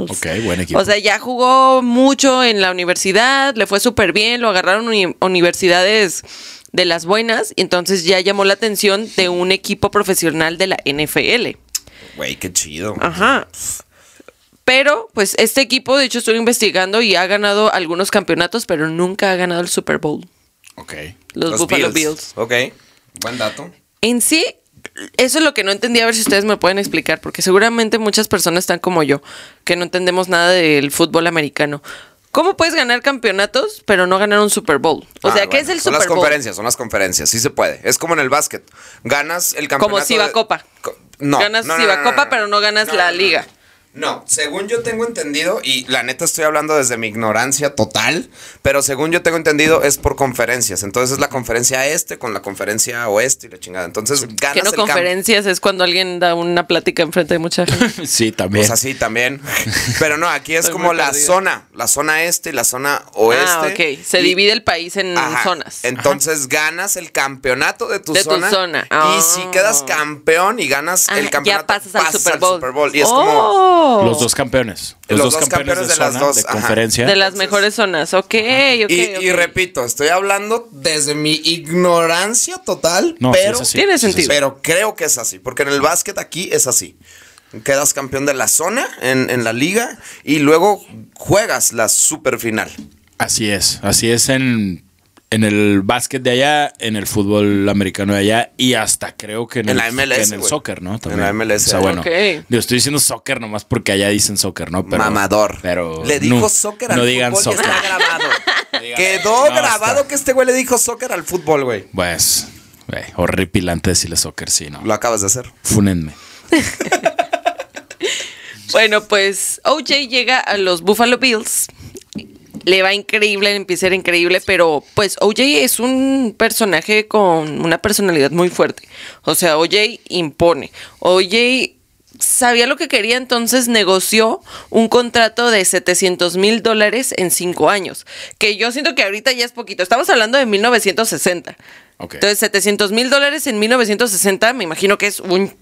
Speaker 3: Ok, buen equipo.
Speaker 1: O sea, ya jugó mucho en la universidad, le fue súper bien, lo agarraron uni- universidades de las buenas, y entonces ya llamó la atención de un equipo profesional de la NFL.
Speaker 2: Güey, qué chido.
Speaker 1: Ajá. Pero, pues, este equipo, de hecho, estuve investigando y ha ganado algunos campeonatos, pero nunca ha ganado el Super Bowl.
Speaker 3: Ok.
Speaker 1: Los, Buffalo Bills.
Speaker 2: Ok. Buen dato.
Speaker 1: En sí, eso es lo que no entendía, a ver si ustedes me pueden explicar, porque seguramente muchas personas están como yo, que no entendemos nada del fútbol americano. ¿Cómo puedes ganar campeonatos, pero no ganar un Super Bowl? O
Speaker 2: Ah,
Speaker 1: sea, ¿qué
Speaker 2: bueno,
Speaker 1: es el
Speaker 2: Son
Speaker 1: Super
Speaker 2: las
Speaker 1: Bowl?
Speaker 2: conferencias, son las conferencias. Sí se puede. Es como en el básquet. Ganas el campeonato.
Speaker 1: Como Ciba
Speaker 2: de-
Speaker 1: Copa.
Speaker 2: Co- No.
Speaker 1: Ganas
Speaker 2: no, no,
Speaker 1: Ciba
Speaker 2: no, no,
Speaker 1: Copa,
Speaker 2: no.
Speaker 1: pero no ganas la liga.
Speaker 2: No, según yo tengo entendido, y la neta estoy hablando desde mi ignorancia total, pero según yo tengo entendido es por conferencias. Entonces es la conferencia este con la conferencia oeste y la chingada. Entonces ganas
Speaker 1: Que no
Speaker 2: el campo.
Speaker 1: conferencias es cuando alguien da una plática enfrente de mucha gente.
Speaker 3: Sí, también.
Speaker 2: Pues así también. Pero no, aquí es
Speaker 1: Estoy
Speaker 2: como
Speaker 1: muy
Speaker 2: la
Speaker 1: perdida.
Speaker 2: zona, la zona este y la zona oeste.
Speaker 1: ah, ok. Se
Speaker 2: Y-
Speaker 1: divide el país en
Speaker 2: Ajá.
Speaker 1: zonas.
Speaker 2: Entonces ganas el campeonato de tu
Speaker 1: De tu
Speaker 2: zona.
Speaker 1: zona.
Speaker 2: Y
Speaker 1: Ah.
Speaker 2: si quedas campeón y ganas
Speaker 1: Ah,
Speaker 2: el campeonato,
Speaker 1: ya pasas al Super Bowl.
Speaker 2: Y es
Speaker 1: Oh.
Speaker 2: como.
Speaker 3: Los dos campeones. Los,
Speaker 2: Los
Speaker 3: dos,
Speaker 2: dos
Speaker 3: campeones,
Speaker 2: campeones
Speaker 3: de,
Speaker 2: de las
Speaker 3: zona,
Speaker 2: dos,
Speaker 3: de
Speaker 2: ajá.
Speaker 3: conferencia.
Speaker 1: De las mejores zonas. Ok, ok.
Speaker 2: Y, y
Speaker 1: ok.
Speaker 2: repito, estoy hablando desde mi ignorancia total,
Speaker 3: No, sí
Speaker 2: pero,
Speaker 3: es así,
Speaker 1: Tiene
Speaker 3: sí es
Speaker 1: sentido.
Speaker 2: pero creo que es así, porque en el básquet aquí es así. Quedas campeón de la zona en, en la liga y luego juegas la superfinal.
Speaker 3: Así es, así es en, en el básquet de allá, en el fútbol americano de allá y hasta creo que en,
Speaker 2: En
Speaker 3: el,
Speaker 2: la MLS,
Speaker 3: que en el
Speaker 2: güey.
Speaker 3: soccer, ¿no?
Speaker 2: En la MLS,
Speaker 3: O sea,
Speaker 2: eh.
Speaker 3: bueno,
Speaker 1: Ok.
Speaker 3: yo estoy diciendo soccer nomás porque allá dicen soccer, ¿no? Pero-
Speaker 2: Mamador.
Speaker 3: Pero
Speaker 2: le dijo
Speaker 3: no,
Speaker 2: soccer al
Speaker 3: no
Speaker 2: fútbol
Speaker 3: digan
Speaker 2: y
Speaker 3: soccer.
Speaker 2: está grabado.
Speaker 3: digan-
Speaker 2: Quedó
Speaker 3: No, está.
Speaker 2: grabado que este güey le dijo soccer al fútbol, güey.
Speaker 3: Pues, güey, horripilante decirle soccer, sí, ¿no?
Speaker 2: Lo acabas de hacer.
Speaker 3: Funenme.
Speaker 1: Bueno, pues OJ llega a los Buffalo Bills. Le va increíble, empieza a ser increíble, pero pues OJ es un personaje con una personalidad muy fuerte. O sea, OJ impone. OJ sabía lo que quería, entonces negoció un contrato de 700 mil dólares en cinco años, que yo siento que ahorita ya es poquito. Estamos hablando de 1960.
Speaker 3: Ok.
Speaker 1: Entonces, 700 mil dólares en 1960, me imagino que es un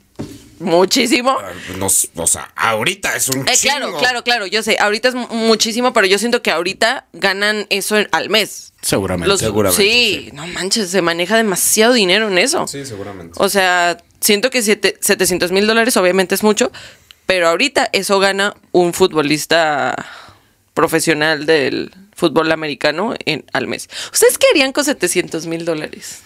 Speaker 1: muchísimo.
Speaker 3: Ah,
Speaker 2: Nos- o sea, ahorita es un
Speaker 1: Eh, claro, claro, claro, yo sé, ahorita es mu- muchísimo, pero yo siento que ahorita ganan eso en- al mes.
Speaker 3: Seguramente.
Speaker 1: Los-
Speaker 2: seguramente,
Speaker 1: Sí, no manches, se maneja demasiado dinero en eso.
Speaker 2: Sí, seguramente.
Speaker 1: O sea, siento que siete- 700 mil dólares obviamente es mucho, pero ahorita eso gana un futbolista profesional del fútbol americano en, al mes. ¿Ustedes qué harían con 700 mil dólares?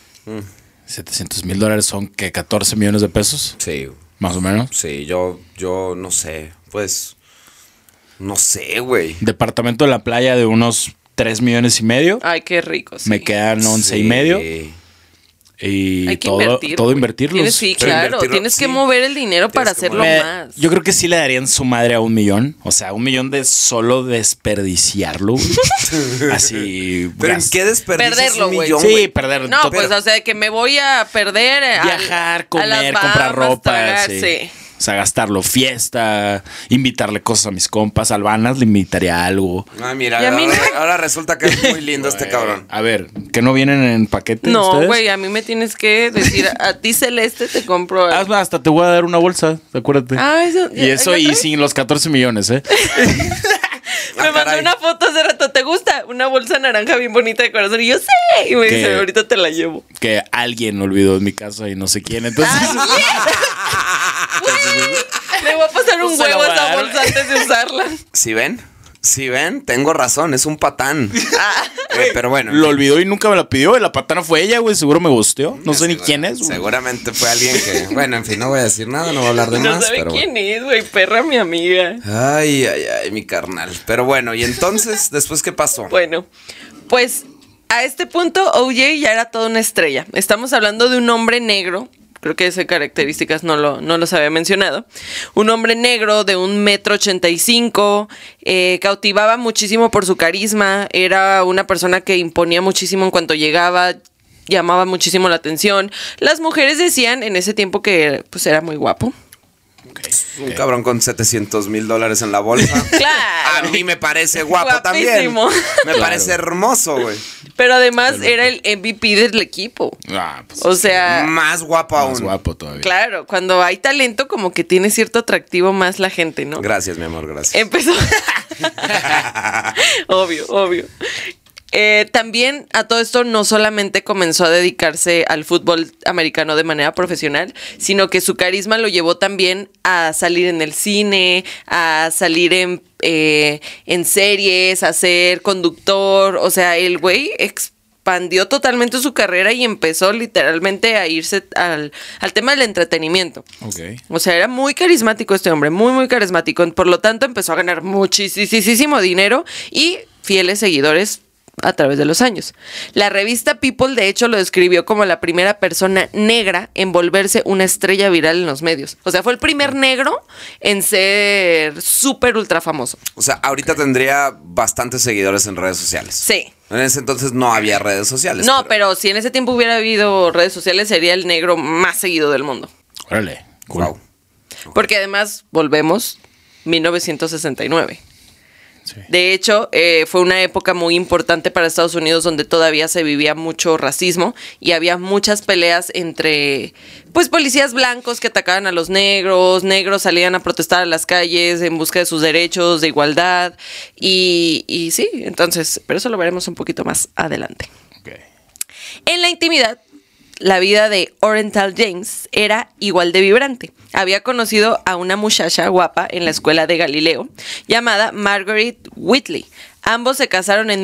Speaker 3: 700 mil dólares son que 14 millones de pesos,
Speaker 2: Sí,
Speaker 3: más o menos.
Speaker 2: sí, yo, yo no sé. Pues, no sé, güey.
Speaker 3: Departamento de la playa de unos 3 millones y medio.
Speaker 1: Ay, qué rico. Ah, sí.
Speaker 3: Me quedan 11
Speaker 2: Sí.
Speaker 3: y medio. Y
Speaker 1: Hay que
Speaker 3: todo,
Speaker 1: invertir,
Speaker 3: todo
Speaker 1: güey.
Speaker 3: invertirlos.
Speaker 1: Tienes- sí,
Speaker 2: Pero
Speaker 1: claro,
Speaker 2: invertirlo-
Speaker 1: tienes que
Speaker 2: sí.
Speaker 1: mover el dinero
Speaker 2: Tienes
Speaker 1: para
Speaker 2: que
Speaker 1: hacerlo
Speaker 2: mover-
Speaker 3: Me-
Speaker 1: más.
Speaker 3: yo creo que sí le darían su madre a un millón. O sea, un millón de solo desperdiciarlo. güey. Así.
Speaker 2: Pero en
Speaker 3: gas-
Speaker 2: qué desperdicias
Speaker 1: Perderlo,
Speaker 2: un
Speaker 1: güey.
Speaker 2: millón,
Speaker 3: Sí,
Speaker 2: güey?
Speaker 3: perder.
Speaker 1: No,
Speaker 3: todo.
Speaker 1: pues, o sea, que me voy a perder. eh, al-
Speaker 3: Viajar,
Speaker 1: a las
Speaker 3: comer, comprar
Speaker 1: Bahamas,
Speaker 3: ropa.
Speaker 1: tragar,
Speaker 3: sí. O sea, gastarlo, fiesta, invitarle cosas a mis compas. Al Vanas le invitaría algo. Eh,
Speaker 2: Ah, mira,
Speaker 1: Y a
Speaker 2: ahora,
Speaker 1: mí no.
Speaker 2: ahora resulta que es muy lindo este cabrón.
Speaker 3: A ver, ¿que no vienen en paquete?
Speaker 1: No,
Speaker 3: ustedes?
Speaker 1: güey, a mí me tienes que decir, a ti Celeste te compro. algo.
Speaker 3: Hazme, Ah, hasta te voy a dar una bolsa, acuérdate.
Speaker 1: Ah, eso-
Speaker 3: y eso,
Speaker 1: ¿hay
Speaker 3: y
Speaker 1: otra?
Speaker 3: sin los 14 millones, ¿eh?
Speaker 1: me
Speaker 2: Ah,
Speaker 1: mandó
Speaker 2: caray.
Speaker 1: una foto hace rato, ¿te gusta? Una bolsa naranja bien bonita de corazón. Y yo, sí. Y me
Speaker 3: ¿Qué?
Speaker 1: dice, ahorita te la llevo.
Speaker 3: que alguien olvidó en mi casa y no sé quién. Entonces,
Speaker 1: Ah,
Speaker 3: Ah, pues,
Speaker 1: Le voy a pasar un
Speaker 3: Se la
Speaker 1: huevo a
Speaker 3: voy a
Speaker 1: esa
Speaker 3: dar.
Speaker 1: bolsa antes de usarla.
Speaker 2: ¿Sí ven? ¿Sí ven? Tengo razón, es un patán.
Speaker 3: Ah.
Speaker 2: Eh, pero bueno.
Speaker 3: lo olvidó y nunca me la pidió. Y la patana fue ella, güey. Seguro me gusteó. No sé ni
Speaker 2: Segura-
Speaker 3: quién es. güey.
Speaker 2: Seguramente fue alguien que. Bueno, en fin, no voy a decir nada, no voy a hablar de
Speaker 1: no
Speaker 2: más.
Speaker 1: sabe
Speaker 2: pero bueno.
Speaker 1: quién es, güey, perra mi amiga.
Speaker 2: Ay, ay, ay, mi carnal. Pero bueno, y entonces, ¿después qué pasó?
Speaker 1: Bueno, pues a este punto OJ ya era toda una estrella. Estamos hablando de un hombre negro. Creo que esas características no, lo, no los había mencionado. Un hombre negro de un metro ochenta y cinco, eh, cautivaba muchísimo por su carisma, era una persona que imponía muchísimo en cuanto llegaba, llamaba muchísimo la atención. Las mujeres decían en ese tiempo que pues era muy guapo.
Speaker 2: Un cabrón con 700 mil dólares en la bolsa.
Speaker 1: Claro.
Speaker 2: A mí me parece guapo
Speaker 1: Guapísimo.
Speaker 2: también. Me
Speaker 3: Claro.
Speaker 2: parece hermoso, güey.
Speaker 1: Pero además era el MVP del equipo.
Speaker 3: Ah, pues,
Speaker 1: O sea,
Speaker 2: Más guapo aún.
Speaker 3: más guapo todavía.
Speaker 1: Claro, cuando hay talento como que tiene cierto atractivo más la gente, ¿no? Eh.
Speaker 2: Gracias, mi amor, gracias.
Speaker 1: Empezó. obvio, obvio. Eh, también a todo esto no solamente comenzó a dedicarse al fútbol americano de manera profesional, sino que su carisma lo llevó también a salir en el cine, a salir en, eh, en series, a ser conductor. O sea, el güey expandió totalmente su carrera y empezó literalmente a irse al, al tema del entretenimiento.
Speaker 3: Ok.
Speaker 1: O sea, era muy carismático este hombre, muy, muy carismático. Por lo tanto, empezó a ganar muchísimo dinero y fieles seguidores a través de los años. La revista People, de hecho, lo describió como la primera persona negra en volverse una estrella viral en los medios. O sea, fue el primer negro en ser súper ultra famoso.
Speaker 2: O sea, ahorita tendría bastantes seguidores en redes sociales.
Speaker 1: Sí.
Speaker 2: En ese entonces no había redes sociales.
Speaker 1: No, pero si en ese tiempo hubiera habido redes sociales, sería el negro más seguido del mundo.
Speaker 3: Órale. Cool.
Speaker 2: Wow.
Speaker 1: Porque además, volvemos, 1969.
Speaker 3: Sí.
Speaker 1: De hecho, eh, fue una época muy importante para Estados Unidos donde todavía se vivía mucho racismo y había muchas peleas entre, pues, policías blancos que atacaban a los negros, negros salían a protestar a las calles en busca de sus derechos, de igualdad y, y sí, entonces, pero eso lo veremos un poquito más adelante.
Speaker 3: Ok.
Speaker 1: En la intimidad, la vida de Oriental James era igual de vibrante. Había conocido a una muchacha guapa en la escuela de Galileo llamada Margaret Whitley. Ambos se casaron en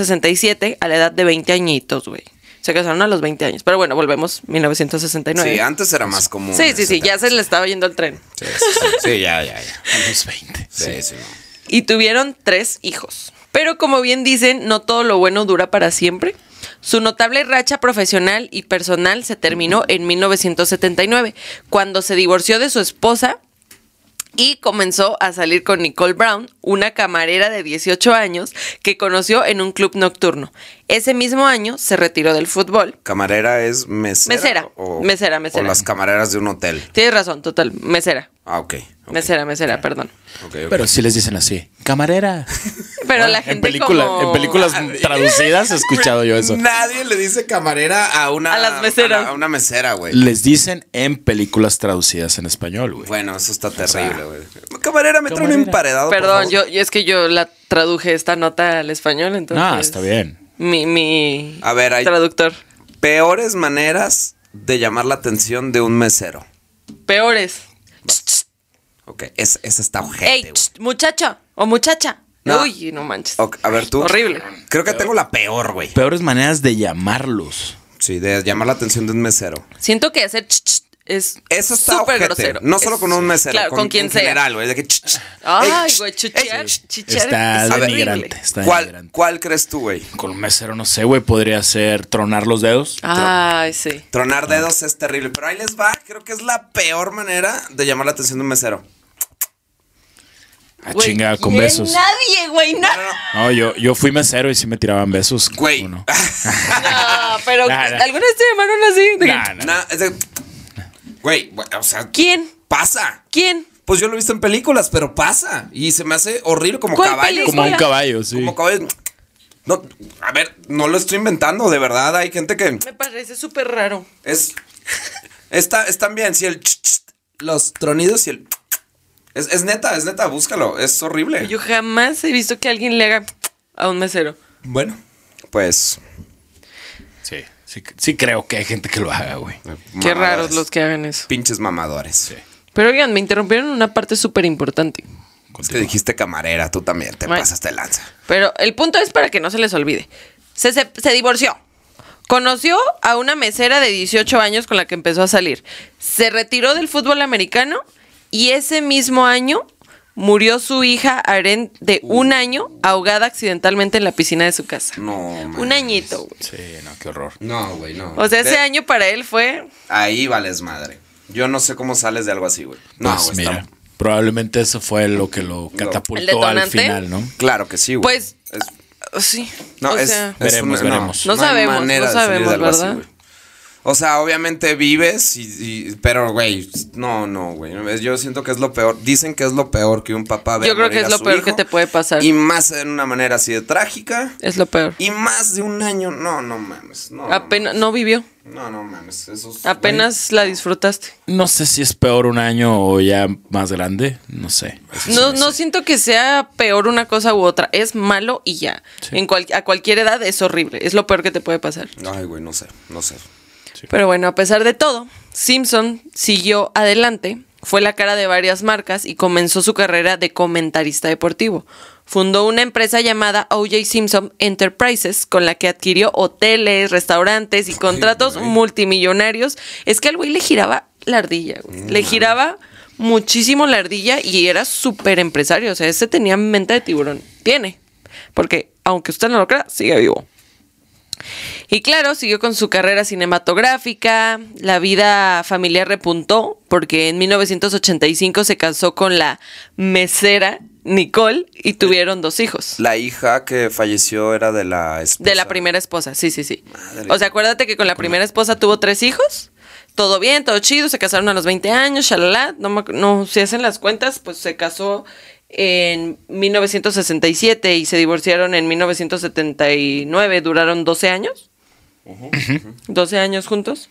Speaker 1: 1967 a la edad de 20 añitos, güey. Se casaron a los 20 años. Pero bueno, volvemos, 1969.
Speaker 2: Sí, antes era más común.
Speaker 1: Sí, sí,
Speaker 2: ese
Speaker 1: sí, ya
Speaker 2: tema.
Speaker 1: se le estaba yendo el tren.
Speaker 2: Sí, sí, sí. Sí, ya, ya, ya.
Speaker 3: A los 20.
Speaker 2: Sí, sí. no.
Speaker 1: y tuvieron tres hijos. Pero como bien dicen, no todo lo bueno dura para siempre. Su notable racha profesional y personal se terminó en 1979, cuando se divorció de su esposa y comenzó a salir con Nicole Brown, una camarera de 18 años que conoció en un club nocturno. Ese mismo año se retiró del fútbol.
Speaker 2: Camarera es mesera.
Speaker 1: Mesera, mesera, mesera.
Speaker 2: O las camareras de un hotel.
Speaker 1: Tienes razón, total, mesera.
Speaker 2: Ah, ok. ok,
Speaker 1: Mesera, mesera, perdón.
Speaker 2: ok, ok.
Speaker 3: Pero sí les dicen así. Camarera.
Speaker 1: Pero la gente
Speaker 3: Ah, en, película-
Speaker 1: como-
Speaker 3: en películas traducidas he escuchado yo eso.
Speaker 2: Nadie le dice camarera a una.
Speaker 1: A las meseras.
Speaker 2: A, la- a una mesera, güey.
Speaker 3: Les dicen en películas traducidas en español, güey.
Speaker 2: Bueno, eso está terrible, güey. Camarera, me trae un
Speaker 3: Camarera.
Speaker 2: emparedado. Ah, por
Speaker 1: Perdón,
Speaker 2: favor.
Speaker 1: yo, yo es que yo la traduje esta nota al español, entonces.
Speaker 3: Ah, está bien.
Speaker 1: Mi, mi
Speaker 2: A ver, hay-
Speaker 1: traductor.
Speaker 2: Peores maneras de llamar la atención de un mesero.
Speaker 1: Peores.
Speaker 2: Ok, es- esa está ojete,
Speaker 1: Ey,
Speaker 2: güey.
Speaker 1: ch, muchacho o muchacha.
Speaker 2: No.
Speaker 1: Uy, no manches.
Speaker 2: Ok, a ver tú.
Speaker 1: Horrible.
Speaker 2: Creo que tengo la peor, güey.
Speaker 3: Peores maneras de llamarlos.
Speaker 2: Sí, de llamar la atención de un mesero.
Speaker 1: Siento que hacer ch, ch, es
Speaker 2: Eso está
Speaker 1: súper
Speaker 2: ojete.
Speaker 1: grosero.
Speaker 2: No solo con un
Speaker 1: Es-
Speaker 2: mesero,
Speaker 1: Claro, con, quien
Speaker 2: en
Speaker 1: sea.
Speaker 2: general, güey. de que ch- ch-
Speaker 1: Ay,
Speaker 2: ey, ch-
Speaker 1: güey,
Speaker 2: ey,
Speaker 1: chuchear, chichar.
Speaker 3: Está
Speaker 1: es horrible.
Speaker 3: denigrante. Está
Speaker 2: ¿Cuál,
Speaker 3: denigrante.
Speaker 2: ¿Cuál crees tú, güey?
Speaker 3: Con un mesero, no sé, güey, podría ser tronar los dedos.
Speaker 1: Ah, Ay, sí.
Speaker 2: Tronar dedos es terrible, pero ahí les va. Creo que es la peor manera de llamar la atención de un mesero.
Speaker 3: A
Speaker 1: Güey,
Speaker 3: chinga, Ah, con
Speaker 1: ¿quién?
Speaker 3: besos.
Speaker 1: Nadie, güey, no.
Speaker 3: No, yo, yo fui mesero y sí me tiraban besos.
Speaker 2: Güey.
Speaker 3: ¿Cómo no?
Speaker 1: No, pero
Speaker 3: Nah, nah.
Speaker 1: ¿alguna vez te llamaron así? De-
Speaker 3: Nah, nah.
Speaker 2: Na- es de- Güey, güey, o sea,
Speaker 1: ¿Quién?
Speaker 2: pasa.
Speaker 1: ¿Quién?
Speaker 2: Pues yo lo he visto en películas, pero pasa. Y se me hace horrible como
Speaker 1: ¿Cuál
Speaker 2: caballo.
Speaker 1: película?
Speaker 3: Como un caballo, sí.
Speaker 2: Como caballo. No, a ver, no lo estoy inventando, de verdad. Hay gente que
Speaker 1: Me parece súper raro.
Speaker 2: es. Está, están bien, si el. ch- ch- los tronidos y el. Es, es neta, es neta, búscalo. Es horrible.
Speaker 1: Yo jamás he visto que alguien le haga a un mesero.
Speaker 2: Bueno, pues.
Speaker 3: Sí, sí, sí creo que hay gente que lo haga, güey.
Speaker 1: Qué
Speaker 2: mamadoras.
Speaker 1: raros los que hagan eso.
Speaker 2: Pinches mamadores.
Speaker 1: Pero oigan, me interrumpieron una parte súper importante.
Speaker 2: Es que dijiste camarera, tú también te
Speaker 1: Ay.
Speaker 2: pasaste lanza.
Speaker 1: Pero el punto es para que no se les olvide. Se, se- se divorció. Conoció a una mesera de 18 años con la que empezó a salir. Se retiró del fútbol americano y ese mismo año murió su hija Aren de un año ahogada accidentalmente en la piscina de su casa.
Speaker 2: Uh. No,
Speaker 1: un añito. güey.
Speaker 3: Sí, no, qué horror.
Speaker 2: No, güey, no.
Speaker 1: O sea,
Speaker 2: De-
Speaker 1: ese año para él fue...
Speaker 2: Ahí vales madre. Yo no sé cómo sales de algo así, güey. No,
Speaker 3: Pues,
Speaker 2: güey,
Speaker 3: mira,
Speaker 2: está-
Speaker 3: probablemente eso fue lo que lo
Speaker 1: ¿El
Speaker 3: catapultó al
Speaker 1: detonante?
Speaker 3: final, ¿no?
Speaker 2: Claro que sí, güey.
Speaker 1: Pues-
Speaker 2: Es-
Speaker 1: Sí.
Speaker 2: no,
Speaker 1: o
Speaker 2: es,
Speaker 1: sea,
Speaker 2: es
Speaker 3: Veremos,
Speaker 2: no,
Speaker 3: veremos.
Speaker 1: No
Speaker 2: hay
Speaker 1: sabemos,
Speaker 2: manera
Speaker 1: no
Speaker 2: de salir de
Speaker 1: sabemos,
Speaker 2: algo así,
Speaker 1: ¿verdad?
Speaker 2: güey. O sea, obviamente vives, y, y- pero, güey, no, no, güey. Yo siento que es lo peor. Dicen que es lo peor que un papá ve
Speaker 1: Yo creo
Speaker 2: morir
Speaker 1: que es
Speaker 2: a
Speaker 1: lo
Speaker 2: su
Speaker 1: peor
Speaker 2: hijo,
Speaker 1: que te puede pasar.
Speaker 2: Y más en una manera así de trágica.
Speaker 1: Es lo peor.
Speaker 2: Y más de un año. No, no mames. No, no
Speaker 1: Apenas, no vivió.
Speaker 2: mames, No, no mames. Eso es-
Speaker 1: Apenas la disfrutaste.
Speaker 3: No sé si es peor un año o ya más grande. No sé. Eso sí
Speaker 1: No,
Speaker 3: sé.
Speaker 1: no siento que sea peor una cosa u otra. Es malo y ya. En cual- a cualquier edad es horrible. Es lo peor que te puede pasar.
Speaker 2: Ay, güey, no sé, no sé.
Speaker 1: Pero bueno, a pesar de todo, Simpson siguió adelante, fue la cara de varias marcas y comenzó su carrera de comentarista deportivo. Fundó una empresa llamada OJ Simpson Enterprises, con la que adquirió hoteles, restaurantes y contratos multimillonarios. Es que al güey le giraba la ardilla, güey. Le giraba muchísimo la ardilla y era súper empresario. O sea, ese tenía mente de tiburón. Tiene. Porque, aunque usted no lo crea, sigue vivo. Y claro, siguió con su carrera cinematográfica, la vida familiar repuntó porque en 1985 se casó con la mesera Nicole y tuvieron dos hijos.
Speaker 2: La hija que falleció era de la esposa.
Speaker 1: De la primera esposa, sí, sí, sí.
Speaker 2: Madre.
Speaker 1: O sea, acuérdate que con la primera esposa tuvo tres hijos. Todo bien, todo chido, se casaron a los 20 años, shalala. No, me ac- no, si hacen las cuentas, pues se casó en 1967 y se divorciaron en 1979, duraron 12 años. 12 años juntos.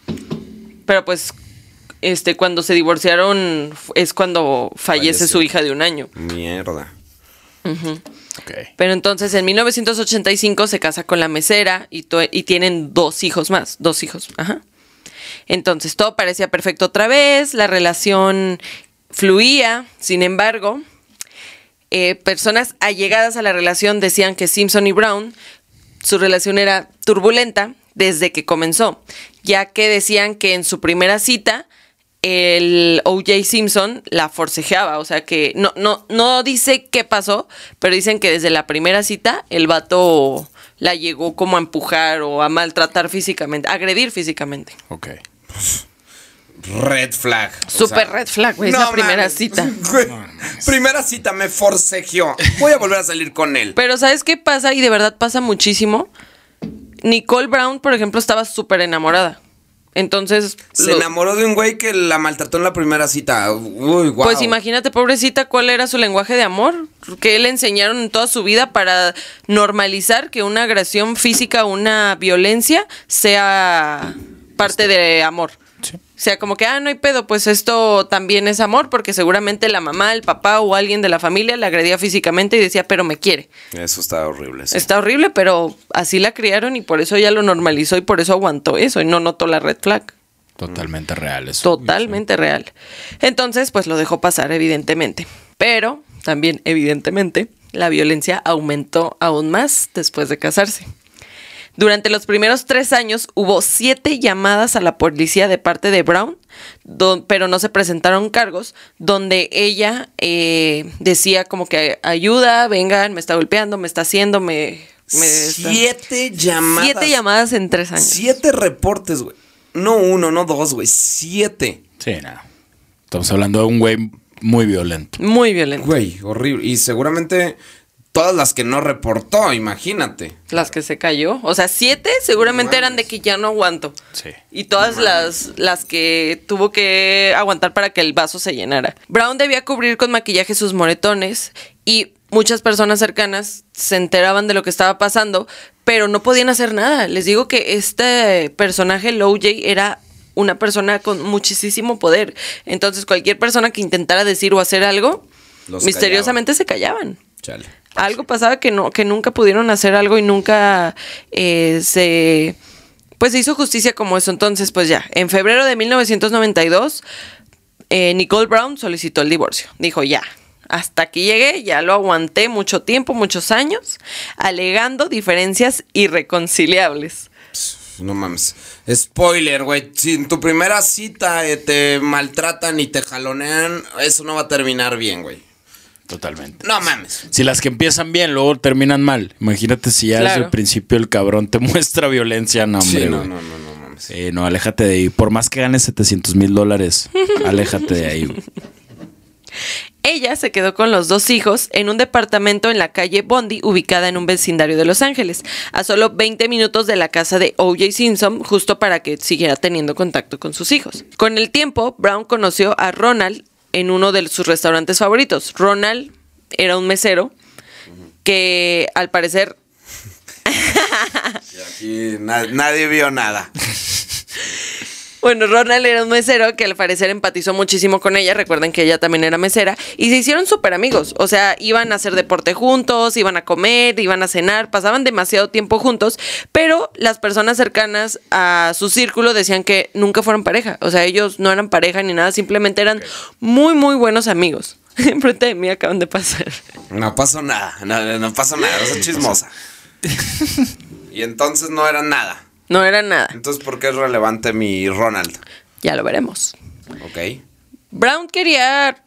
Speaker 1: Pero pues este cuando se divorciaron f- es cuando fallece
Speaker 2: Falleció.
Speaker 1: su hija de un año.
Speaker 2: Mierda.
Speaker 3: Ok.
Speaker 1: Pero entonces en 1985 se casa con la mesera y, tu- y tienen dos hijos más, dos hijos. Ajá. Entonces todo parecía perfecto otra vez, la relación fluía, sin embargo, eh, personas allegadas a la relación decían que Simpson y Brown, su relación era turbulenta desde que comenzó, ya que decían que en su primera cita el OJ Simpson la forcejeaba, o sea que no, no, no dice qué pasó, pero dicen que desde la primera cita el vato la llegó como a empujar o a maltratar físicamente, a agredir físicamente.
Speaker 3: Ok.
Speaker 2: Red flag. o
Speaker 1: Súper
Speaker 2: sea,
Speaker 1: red flag, güey, es
Speaker 2: no
Speaker 1: la primera
Speaker 2: mames.
Speaker 1: cita.
Speaker 2: Güey, primera cita me forcejeó. Voy a volver a salir con él.
Speaker 1: Pero ¿sabes qué pasa? Y de verdad pasa muchísimo. Nicole Brown, por ejemplo, estaba súper enamorada. Entonces,
Speaker 2: Se
Speaker 1: lo-
Speaker 2: enamoró de un güey que la maltrató en la primera cita. Uy, guau.
Speaker 1: pues imagínate, pobrecita, cuál era su lenguaje de amor, que le enseñaron en toda su vida para normalizar que una agresión física, una violencia, sea parte
Speaker 2: Este.
Speaker 1: de amor.
Speaker 3: Sí.
Speaker 1: O sea, como que, ah, no hay pedo, pues esto también es amor, porque seguramente la mamá, el papá o alguien de la familia la agredía físicamente y decía, pero me quiere.
Speaker 2: Eso está horrible. sí.
Speaker 1: Está horrible, pero así la criaron y por eso ya lo normalizó y por eso aguantó eso y no notó la red flag.
Speaker 3: Totalmente real eso.
Speaker 1: Totalmente real. Entonces, pues lo dejó pasar, evidentemente. Pero también, evidentemente, la violencia aumentó aún más después de casarse. Durante los primeros tres años hubo siete llamadas a la policía de parte de Brown, don- pero no se presentaron cargos, donde ella eh, decía como que ayuda, vengan, me está golpeando, me está haciendo, me... me está-".
Speaker 2: Siete llamadas.
Speaker 1: Siete llamadas en tres años.
Speaker 2: Siete reportes, güey. No uno, no dos, güey. Siete.
Speaker 3: Sí, nada. Estamos hablando de un güey muy violento.
Speaker 1: Muy violento.
Speaker 2: Güey, horrible. Y seguramente todas las que no reportó, imagínate.
Speaker 1: Las que se cayó. O sea, siete seguramente eran de que ya no aguanto.
Speaker 3: Sí.
Speaker 1: Y todas las, las que tuvo que aguantar para que el vaso se llenara. Brown debía cubrir con maquillaje sus moretones y muchas personas cercanas se enteraban de lo que estaba pasando, pero no podían hacer nada. Les digo que este personaje, Low era una persona con muchísimo poder. Entonces, cualquier persona que intentara decir o hacer algo,
Speaker 2: Los
Speaker 1: misteriosamente se callaban.
Speaker 2: Chale.
Speaker 1: Algo pasaba que no, que nunca pudieron hacer algo y nunca eh, se pues se hizo justicia como eso. Entonces, pues ya, en febrero de 1992, eh, Nicole Brown solicitó el divorcio. Dijo, ya, hasta aquí llegué, ya lo aguanté mucho tiempo, muchos años, alegando diferencias irreconciliables.
Speaker 2: No mames. Spoiler, güey. Si en tu primera cita eh, te maltratan y te jalonean, eso no va a terminar bien, güey.
Speaker 3: Totalmente.
Speaker 2: No mames.
Speaker 3: Si las que empiezan bien luego terminan mal. Imagínate si ya desde
Speaker 1: Claro.
Speaker 3: el principio el cabrón te muestra violencia. No, hombre,
Speaker 2: Sí, no,
Speaker 3: güey.
Speaker 2: no, no, no mames.
Speaker 3: Eh, no, aléjate de ahí. Por más que ganes 700 mil dólares, aléjate de ahí. güey.
Speaker 1: Ella se quedó con los dos hijos en un departamento en la calle Bondi, ubicada en un vecindario de Los Ángeles, a solo 20 minutos de la casa de O.J. Simpson, justo para que siguiera teniendo contacto con sus hijos. Con el tiempo, Brown conoció a Ronald en uno de sus restaurantes favoritos. Ronald era un mesero que al parecer
Speaker 2: Y aquí na- nadie vio nada.
Speaker 1: Bueno, Ronald era un mesero que al parecer empatizó muchísimo con ella. Recuerden que ella también era mesera. Y se hicieron súper amigos. O sea, iban a hacer deporte juntos, iban a comer, iban a cenar, pasaban demasiado tiempo juntos. Pero las personas cercanas a su círculo decían que nunca fueron pareja. O sea, ellos no eran pareja ni nada, simplemente eran muy, muy buenos amigos. Enfrente de mí acaban de pasar.
Speaker 2: No pasó nada, no, no pasó nada, esa chismosa. Y entonces no era nada.
Speaker 1: No era nada.
Speaker 2: Entonces, ¿por qué es relevante mi Ronald?
Speaker 1: Ya lo veremos.
Speaker 2: Ok.
Speaker 1: Brown quería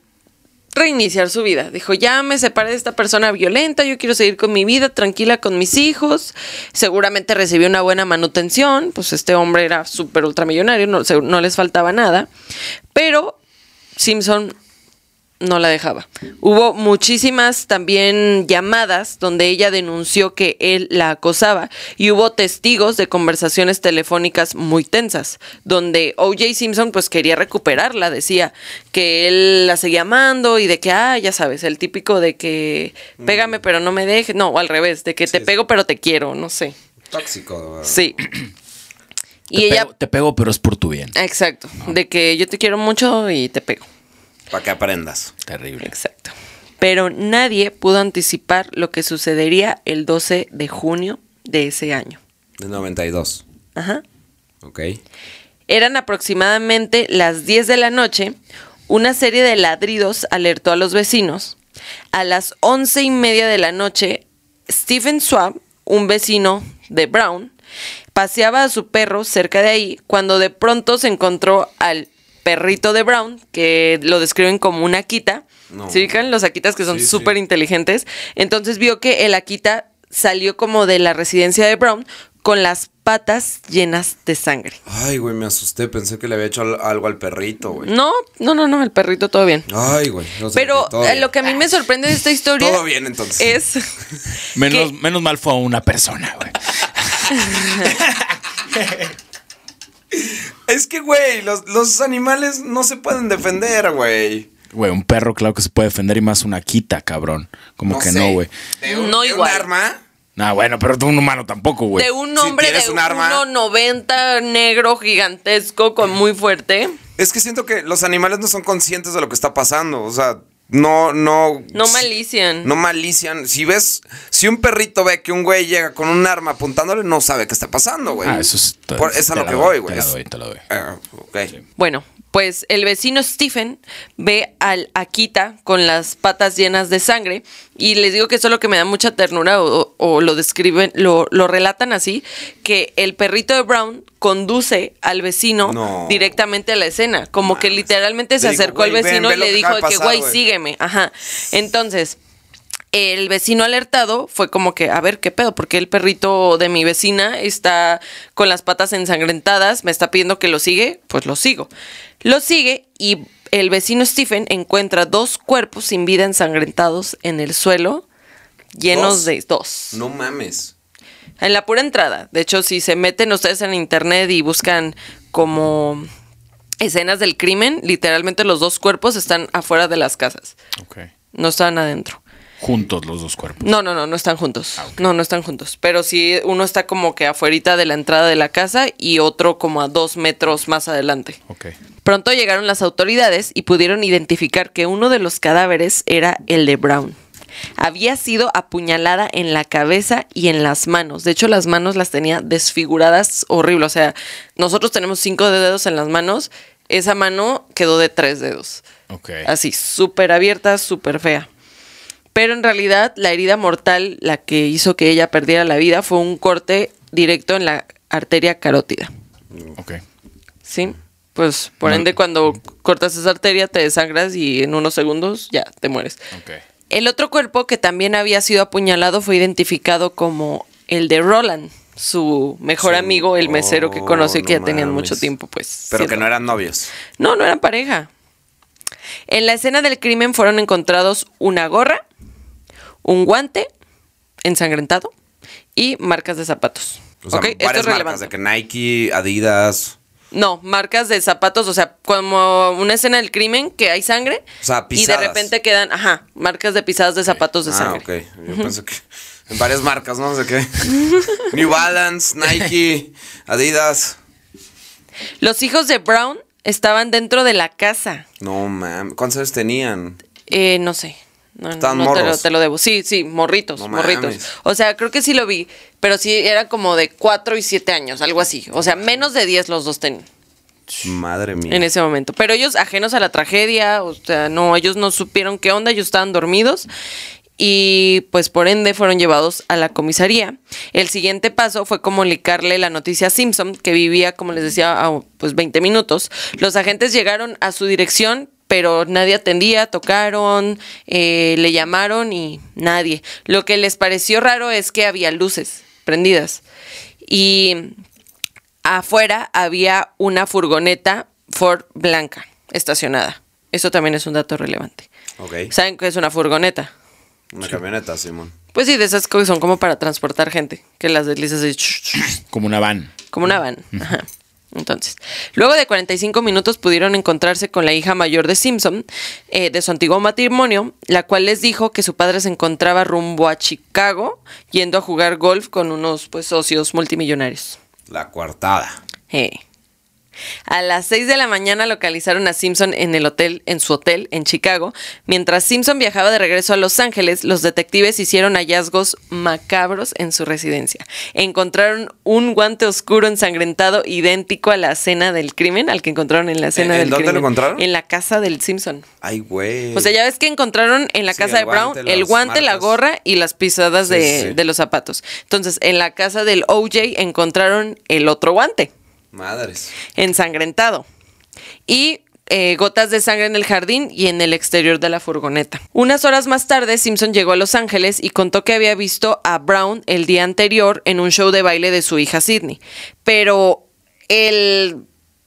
Speaker 1: reiniciar su vida. Dijo, ya me separé de esta persona violenta, yo quiero seguir con mi vida tranquila con mis hijos. Seguramente recibió una buena manutención, pues este hombre era súper ultramillonario, no, segu- no les faltaba nada. Pero Simpson no la dejaba. Hubo muchísimas también llamadas donde ella denunció que él la acosaba y hubo testigos de conversaciones telefónicas muy tensas, donde OJ Simpson pues quería recuperarla, decía que él la seguía amando y de que, ah, ya sabes, el típico de que pégame pero no me dejes, no, o al revés, de que te pego pero te quiero, no sé.
Speaker 2: Tóxico.
Speaker 1: Sí.
Speaker 3: te,
Speaker 1: y ella...
Speaker 3: pego, te pego, pero es por tu bien.
Speaker 1: Exacto, de que yo te quiero mucho y te pego.
Speaker 2: Para que aprendas.
Speaker 3: Terrible.
Speaker 1: Exacto. Pero nadie pudo anticipar lo que sucedería el 12 de junio de ese año.
Speaker 2: De 92.
Speaker 1: Ajá.
Speaker 2: Ok.
Speaker 1: Eran aproximadamente las 10 de la noche. Una serie de ladridos alertó a los vecinos. A las once y media de la noche, Stephen Swab, un vecino de Brown, paseaba a su perro cerca de ahí cuando de pronto se encontró al perrito de Brown, que lo describen como una quita.
Speaker 2: No.
Speaker 1: ¿Sí ubican los Akitas que son
Speaker 2: Sí, sí.
Speaker 1: súper inteligentes? Entonces vio que el Akita salió como de la residencia de Brown con las patas llenas de sangre.
Speaker 2: Ay, güey, me asusté. Pensé que le había hecho al- algo al perrito, güey.
Speaker 1: No, no, no, no, el perrito todo bien.
Speaker 2: Ay, güey. no sé,
Speaker 1: Pero
Speaker 2: todo
Speaker 1: eh,
Speaker 2: bien.
Speaker 1: lo que a mí me sorprende de esta historia
Speaker 2: Todo bien, entonces.
Speaker 1: es
Speaker 3: Menos, menos mal fue a una persona, güey.
Speaker 2: Es que, güey, los, los animales no se pueden defender, güey.
Speaker 3: Güey, un perro, claro que se puede defender y más una quita, cabrón. Como que
Speaker 2: sé.
Speaker 3: no, güey.
Speaker 2: De un-
Speaker 1: No
Speaker 2: de un
Speaker 1: igual.
Speaker 2: arma?
Speaker 3: Ah, bueno, pero tú un humano tampoco, güey.
Speaker 1: de un
Speaker 2: Si
Speaker 1: hombre
Speaker 2: tienes
Speaker 1: de
Speaker 2: un arma-
Speaker 1: 1.90 negro gigantesco con muy fuerte.
Speaker 2: Es que siento que los animales no son conscientes de lo que está pasando. O sea, no, no.
Speaker 1: No
Speaker 2: si-
Speaker 1: malician.
Speaker 2: No malician. Si ves, si un perrito ve que un güey llega con un arma apuntándole, no sabe qué está pasando, güey.
Speaker 3: Ah, eso es.
Speaker 2: Por- es a
Speaker 3: te
Speaker 2: lo
Speaker 3: la
Speaker 2: que voy,
Speaker 3: doy,
Speaker 2: güey.
Speaker 3: Te la doy, te la doy.
Speaker 2: Ah, ok.
Speaker 1: Bueno, pues el vecino Stephen ve al Akita con las patas llenas de sangre y les digo que eso es lo que me da mucha ternura o, o lo describen, lo, lo relatan así, que el perrito de Brown conduce al vecino
Speaker 2: No.
Speaker 1: directamente a la escena, como que literalmente se
Speaker 2: Le digo,
Speaker 1: acercó al
Speaker 2: "Güey, ven,
Speaker 1: vecino
Speaker 2: ve
Speaker 1: y
Speaker 2: lo
Speaker 1: le
Speaker 2: que
Speaker 1: dijo
Speaker 2: acaba
Speaker 1: de
Speaker 2: de
Speaker 1: que,
Speaker 2: pasar,
Speaker 1: güey,
Speaker 2: güey".
Speaker 1: sígueme, ajá. Entonces... El vecino alertado fue como que, a ver, ¿qué pedo? Porque el perrito de mi vecina está con las patas ensangrentadas, me está pidiendo que lo sigue, pues lo sigo. Lo sigue y el vecino Stephen encuentra dos cuerpos sin vida ensangrentados en el suelo, llenos
Speaker 2: ¿Dos?
Speaker 1: de dos.
Speaker 2: No mames.
Speaker 1: En la pura entrada. De hecho, si se meten ustedes en internet y buscan como escenas del crimen, literalmente los dos cuerpos están afuera de las casas,
Speaker 3: Ok.
Speaker 1: no están adentro.
Speaker 3: Juntos los dos cuerpos.
Speaker 1: No, no, no, no están juntos. No, no están juntos. Pero sí, uno está como que afuerita de la entrada de la casa y otro como a dos metros más adelante.
Speaker 3: Ok.
Speaker 1: Pronto llegaron las autoridades y pudieron identificar que uno de los cadáveres era el de Brown. Había sido apuñalada en la cabeza y en las manos. De hecho, las manos las tenía desfiguradas horrible. O sea, nosotros tenemos cinco dedos en las manos. Esa mano quedó de tres dedos.
Speaker 3: Ok.
Speaker 1: Así, súper abierta, súper fea. Pero en realidad la herida mortal, la que hizo que ella perdiera la vida, fue un corte directo en la arteria carótida.
Speaker 3: Ok.
Speaker 1: ¿Sí? Pues por ende cuando cortas esa arteria te desangras y en unos segundos ya te mueres.
Speaker 3: Ok.
Speaker 1: El otro cuerpo que también había sido apuñalado fue identificado como el de Roland, su mejor
Speaker 2: Sí.
Speaker 1: amigo, el mesero que
Speaker 2: Oh,
Speaker 1: conoce
Speaker 2: no
Speaker 1: que ya tenían mucho
Speaker 2: mames.
Speaker 1: tiempo, pues.
Speaker 2: Pero que
Speaker 1: siendo-
Speaker 2: no eran novios.
Speaker 1: No, no eran pareja. En la escena del crimen fueron encontrados una gorra, un guante ensangrentado y marcas de zapatos.
Speaker 2: O sea,
Speaker 1: Ok, esto
Speaker 2: varias
Speaker 1: es
Speaker 2: marcas,
Speaker 1: relevante.
Speaker 2: de que Nike, Adidas,
Speaker 1: No, marcas de zapatos, o sea, como una escena del crimen que hay sangre
Speaker 2: O
Speaker 1: y
Speaker 2: sea,
Speaker 1: de
Speaker 2: pisadas.
Speaker 1: repente quedan, ajá, marcas de pisadas de zapatos de
Speaker 2: ah,
Speaker 1: sangre.
Speaker 2: ok. Yo pensé que en varias marcas, no sé qué. New Balance, Nike, Adidas.
Speaker 1: Los hijos de Brown estaban dentro de la casa.
Speaker 2: No mames, ¿cuántos años tenían?
Speaker 1: Eh, no sé. No, no,
Speaker 2: Estaban
Speaker 1: no te, lo,
Speaker 2: morros.
Speaker 1: te lo debo. Sí, sí, morritos,
Speaker 2: No
Speaker 1: morritos.
Speaker 2: mames.
Speaker 1: O sea, creo que sí lo vi, pero sí era como de 4 y 7 años, algo así. O sea, menos de 10 los dos tenían
Speaker 2: Madre mía.
Speaker 1: en ese momento. Pero ellos ajenos a la tragedia, o sea, no, ellos no supieron qué onda, ellos estaban dormidos y pues por ende fueron llevados a la comisaría. El siguiente paso fue comunicarle la noticia a Simpson, que vivía, como les decía, a pues 20 minutos. Los agentes llegaron a su dirección. Pero nadie atendía, tocaron, eh, le llamaron y nadie. Lo que les pareció raro es que había luces prendidas. Y afuera había una furgoneta Ford blanca estacionada. Eso también es un dato relevante.
Speaker 2: Ok.
Speaker 1: ¿Saben qué es una furgoneta?
Speaker 2: Una camioneta, Simón.
Speaker 1: Pues sí, de esas que son como para transportar gente, que las deslizas y ch- ch-
Speaker 3: Como una van.
Speaker 1: como una van. Ajá. Entonces, luego de 45 minutos pudieron encontrarse con la hija mayor de Simpson, eh, de su antiguo matrimonio, la cual les dijo que su padre se encontraba rumbo a Chicago, yendo a jugar golf con unos pues, socios multimillonarios.
Speaker 2: La coartada.
Speaker 1: Eh. A las 6 de la mañana localizaron a Simpson en el hotel, en su hotel en Chicago. Mientras Simpson viajaba de regreso a Los Ángeles, los detectives hicieron hallazgos macabros en su residencia. Encontraron un guante oscuro ensangrentado idéntico a la escena del crimen, al que encontraron en la escena
Speaker 2: ¿En
Speaker 1: del
Speaker 2: dónde lo
Speaker 1: crimen.
Speaker 2: encontraron?
Speaker 1: En la casa del Simpson.
Speaker 2: Ay, güey.
Speaker 1: O sea, ya ves que encontraron en la
Speaker 2: Sí,
Speaker 1: casa
Speaker 2: el
Speaker 1: de Brown
Speaker 2: guante,
Speaker 1: el
Speaker 2: las
Speaker 1: guante, la
Speaker 2: marcas.
Speaker 1: gorra y las pisadas
Speaker 2: Sí,
Speaker 1: de,
Speaker 2: sí.
Speaker 1: de los zapatos. Entonces, en la casa del OJ encontraron el otro guante
Speaker 2: Madres.
Speaker 1: ensangrentado y eh, gotas de sangre en el jardín y en el exterior de la furgoneta. Unas horas más tarde, Simpson llegó a Los Ángeles y contó que había visto a Brown el día anterior en un show de baile de su hija Sidney, pero el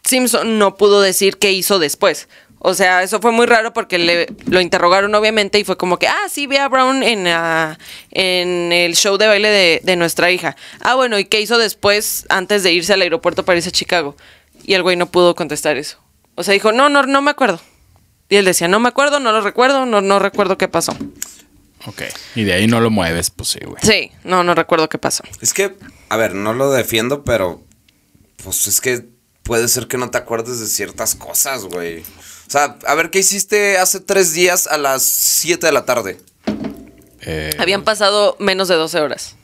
Speaker 1: Simpson no pudo decir qué hizo después. O sea, eso fue muy raro porque le, lo interrogaron obviamente y fue como que, ah, sí, vi a Brown en, ah, en el show de baile de, de nuestra hija. Ah, bueno, ¿y qué hizo después antes de irse al aeropuerto para irse a Chicago? Y el güey no pudo contestar eso. O sea, dijo, no, no, no me acuerdo. Y él decía, no me acuerdo, no lo recuerdo, no, no recuerdo qué pasó.
Speaker 3: Ok. Y de ahí no lo mueves, pues sí, güey.
Speaker 1: Sí, no, no recuerdo qué pasó.
Speaker 2: Es que, a ver, no lo defiendo, pero. Pues es que puede ser que no te acuerdes de ciertas cosas, güey. O sea, a ver, ¿qué hiciste hace tres días a las 7 de la tarde?
Speaker 3: Eh,
Speaker 1: Habían pasado menos de 12 horas.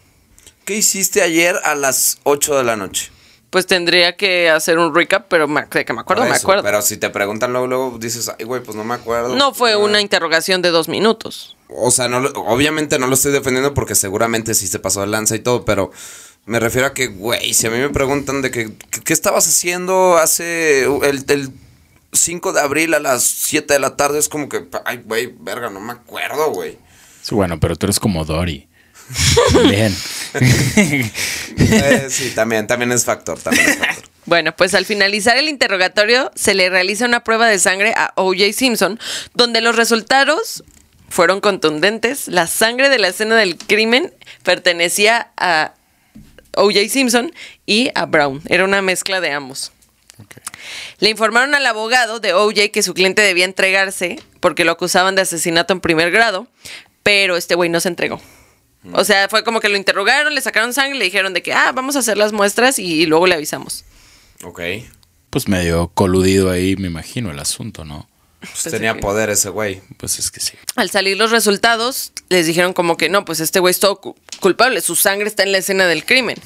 Speaker 2: ¿Qué hiciste ayer a las 8 de la noche?
Speaker 1: Pues tendría que hacer un recap, pero me, de que me acuerdo,
Speaker 2: Por
Speaker 1: me
Speaker 2: eso,
Speaker 1: acuerdo.
Speaker 2: Pero si te preguntan luego, luego dices, ay, güey, pues no me acuerdo.
Speaker 1: No fue
Speaker 2: Ah.
Speaker 1: una interrogación de dos minutos.
Speaker 2: O sea, no lo- obviamente no lo estoy defendiendo porque seguramente sí se pasó de lanza y todo, pero me refiero a que, güey, si a mí me preguntan de que, que- ¿qué estabas haciendo hace el, el 5 de abril a las 7 de la tarde? Es como que, ay, güey, verga, no me acuerdo, güey.
Speaker 3: sí, bueno, pero tú eres como Dory. Bien.
Speaker 2: Eh, sí, también, también es factor, también es factor.
Speaker 1: Bueno, pues al finalizar el interrogatorio se le realiza una prueba de sangre a OJ Simpson, donde los resultados fueron contundentes. La sangre de la escena del crimen pertenecía a OJ Simpson y a Brown. Era una mezcla de ambos. Le informaron al abogado de OJ que su cliente debía entregarse porque lo acusaban de asesinato en primer grado, pero este güey no se entregó. O sea, fue como que lo interrogaron, le sacaron sangre, le dijeron de que, ah, vamos a hacer las muestras y, y luego le avisamos.
Speaker 2: Ok.
Speaker 3: Pues medio coludido ahí, me imagino, el asunto, ¿no?
Speaker 2: Pues tenía
Speaker 1: que-
Speaker 2: poder ese güey.
Speaker 3: Pues es que sí.
Speaker 1: Al salir los resultados, les dijeron como que no, pues este güey es todo cu- culpable, su sangre está en la escena del crimen.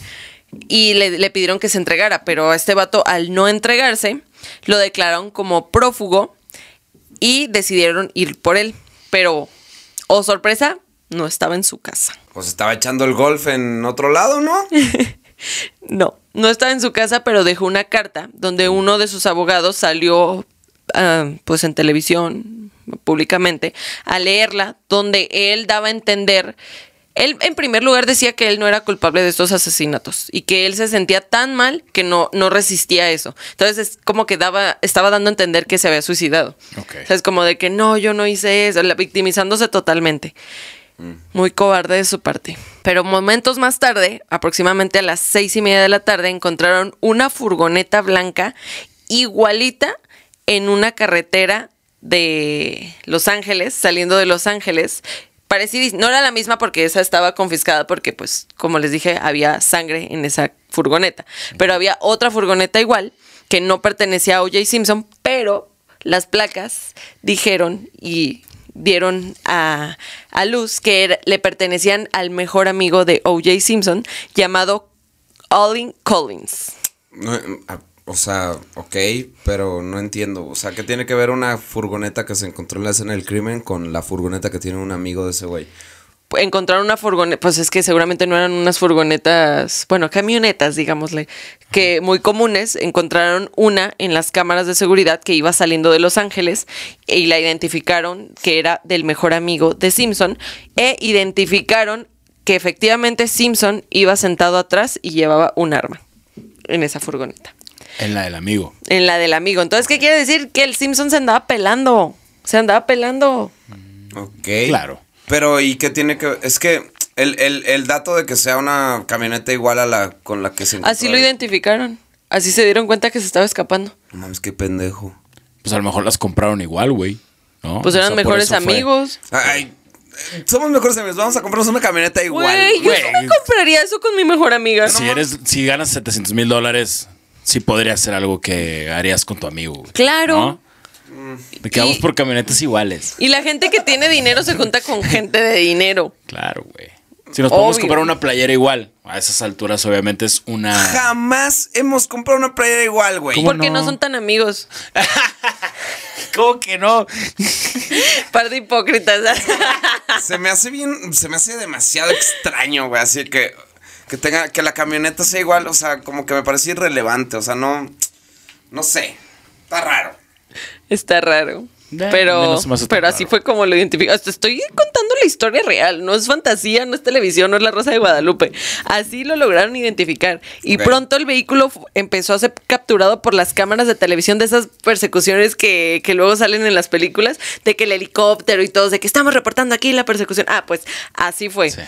Speaker 1: Y le, le pidieron que se entregara, pero a este vato, al no entregarse, lo declararon como prófugo y decidieron ir por él. Pero, oh sorpresa, no estaba en su casa.
Speaker 2: Pues estaba echando el golf en otro lado, ¿no?
Speaker 1: No, no estaba en su casa, pero dejó una carta donde uno de sus abogados salió, ah, pues en televisión, públicamente, a leerla, donde él daba a entender Él en primer lugar decía que él no era culpable de estos asesinatos y que él se sentía tan mal que no, no resistía eso. Entonces es como que daba, estaba dando a entender que se había suicidado.
Speaker 3: Ok.
Speaker 1: O sea, es como de que no, yo no hice eso, la- victimizándose totalmente. Muy cobarde de su parte. Pero momentos más tarde, aproximadamente a las seis y media de la tarde, encontraron una furgoneta blanca igualita en una carretera de Los Ángeles, saliendo de Los Ángeles. Parecida, no era la misma porque esa estaba confiscada porque, pues, como les dije, había sangre en esa furgoneta. Pero había otra furgoneta igual que no pertenecía a O.J. Simpson, pero las placas dijeron y dieron a, a luz que era- le pertenecían al mejor amigo de O.J. Simpson llamado Olin Collins.
Speaker 2: No, eh, ah, O sea, ok, pero no entiendo. O sea, ¿qué tiene que ver una furgoneta que se encontró en la escena del crimen con la furgoneta que tiene un amigo de ese güey?
Speaker 1: Encontraron una furgoneta, pues es que seguramente no eran unas furgonetas, bueno, camionetas, digámosle, que muy comunes. Encontraron una en las cámaras de seguridad que iba saliendo de Los Ángeles y la identificaron que era del mejor amigo de Simpson e identificaron que efectivamente Simpson iba sentado atrás y llevaba un arma en esa furgoneta.
Speaker 3: En la del amigo.
Speaker 1: En la del amigo. Entonces, ¿qué quiere decir? Que el Simpson se andaba pelando. Se andaba pelando.
Speaker 2: Ok.
Speaker 3: Claro.
Speaker 2: Pero, ¿y qué tiene que Es que el, el, el dato de que sea una camioneta igual a la con la que se encontró.
Speaker 1: Así lo
Speaker 2: el-
Speaker 1: identificaron. Así se dieron cuenta que se estaba escapando.
Speaker 2: No mames, qué pendejo.
Speaker 3: Pues a lo mejor las compraron igual, güey. ¿no?
Speaker 1: Pues
Speaker 3: O
Speaker 1: eran
Speaker 3: sea, por
Speaker 1: mejores
Speaker 3: eso fue-
Speaker 1: amigos.
Speaker 2: Ay, eh, somos mejores amigos. Vamos a comprarnos una camioneta igual.
Speaker 1: Güey, yo no me
Speaker 3: güey.
Speaker 1: compraría eso con mi mejor amiga.
Speaker 3: Si, eres, si ganas 700 mil dólares, sí podría ser algo que harías con tu amigo. güey,
Speaker 1: Claro. Mm.
Speaker 3: ¿no? De que vamos
Speaker 1: Y-
Speaker 3: por camionetas iguales.
Speaker 1: Y la gente que tiene dinero se junta con gente de dinero.
Speaker 3: Claro, güey. Si nos podemos
Speaker 1: Obvio.
Speaker 3: comprar una playera igual, a esas alturas obviamente es una...
Speaker 2: Jamás hemos comprado una playera igual, güey.
Speaker 3: ¿Cómo
Speaker 1: Porque no?
Speaker 3: no?
Speaker 1: son tan amigos.
Speaker 3: ¿Cómo que no?
Speaker 1: Par de hipócritas.
Speaker 2: Se me hace bien, se me hace demasiado extraño, güey. Así que que tenga, que la camioneta sea igual, o sea, como que me parece irrelevante, o sea, no, no sé, está raro.
Speaker 1: Está raro.
Speaker 3: Eh, a mí
Speaker 1: Pero,
Speaker 3: no se me hace tan
Speaker 1: pero así
Speaker 3: raro.
Speaker 1: fue como lo identificó. Hasta estoy contando la historia real. No es fantasía, no es televisión, no es la Rosa de Guadalupe. Así lo lograron identificar. Y
Speaker 2: Ok.
Speaker 1: pronto el vehículo fu- empezó a ser capturado por las cámaras de televisión de esas persecuciones que, que luego salen en las películas, de que el helicóptero y todos, de que estamos reportando aquí la persecución. Ah, pues así fue.
Speaker 3: Sí.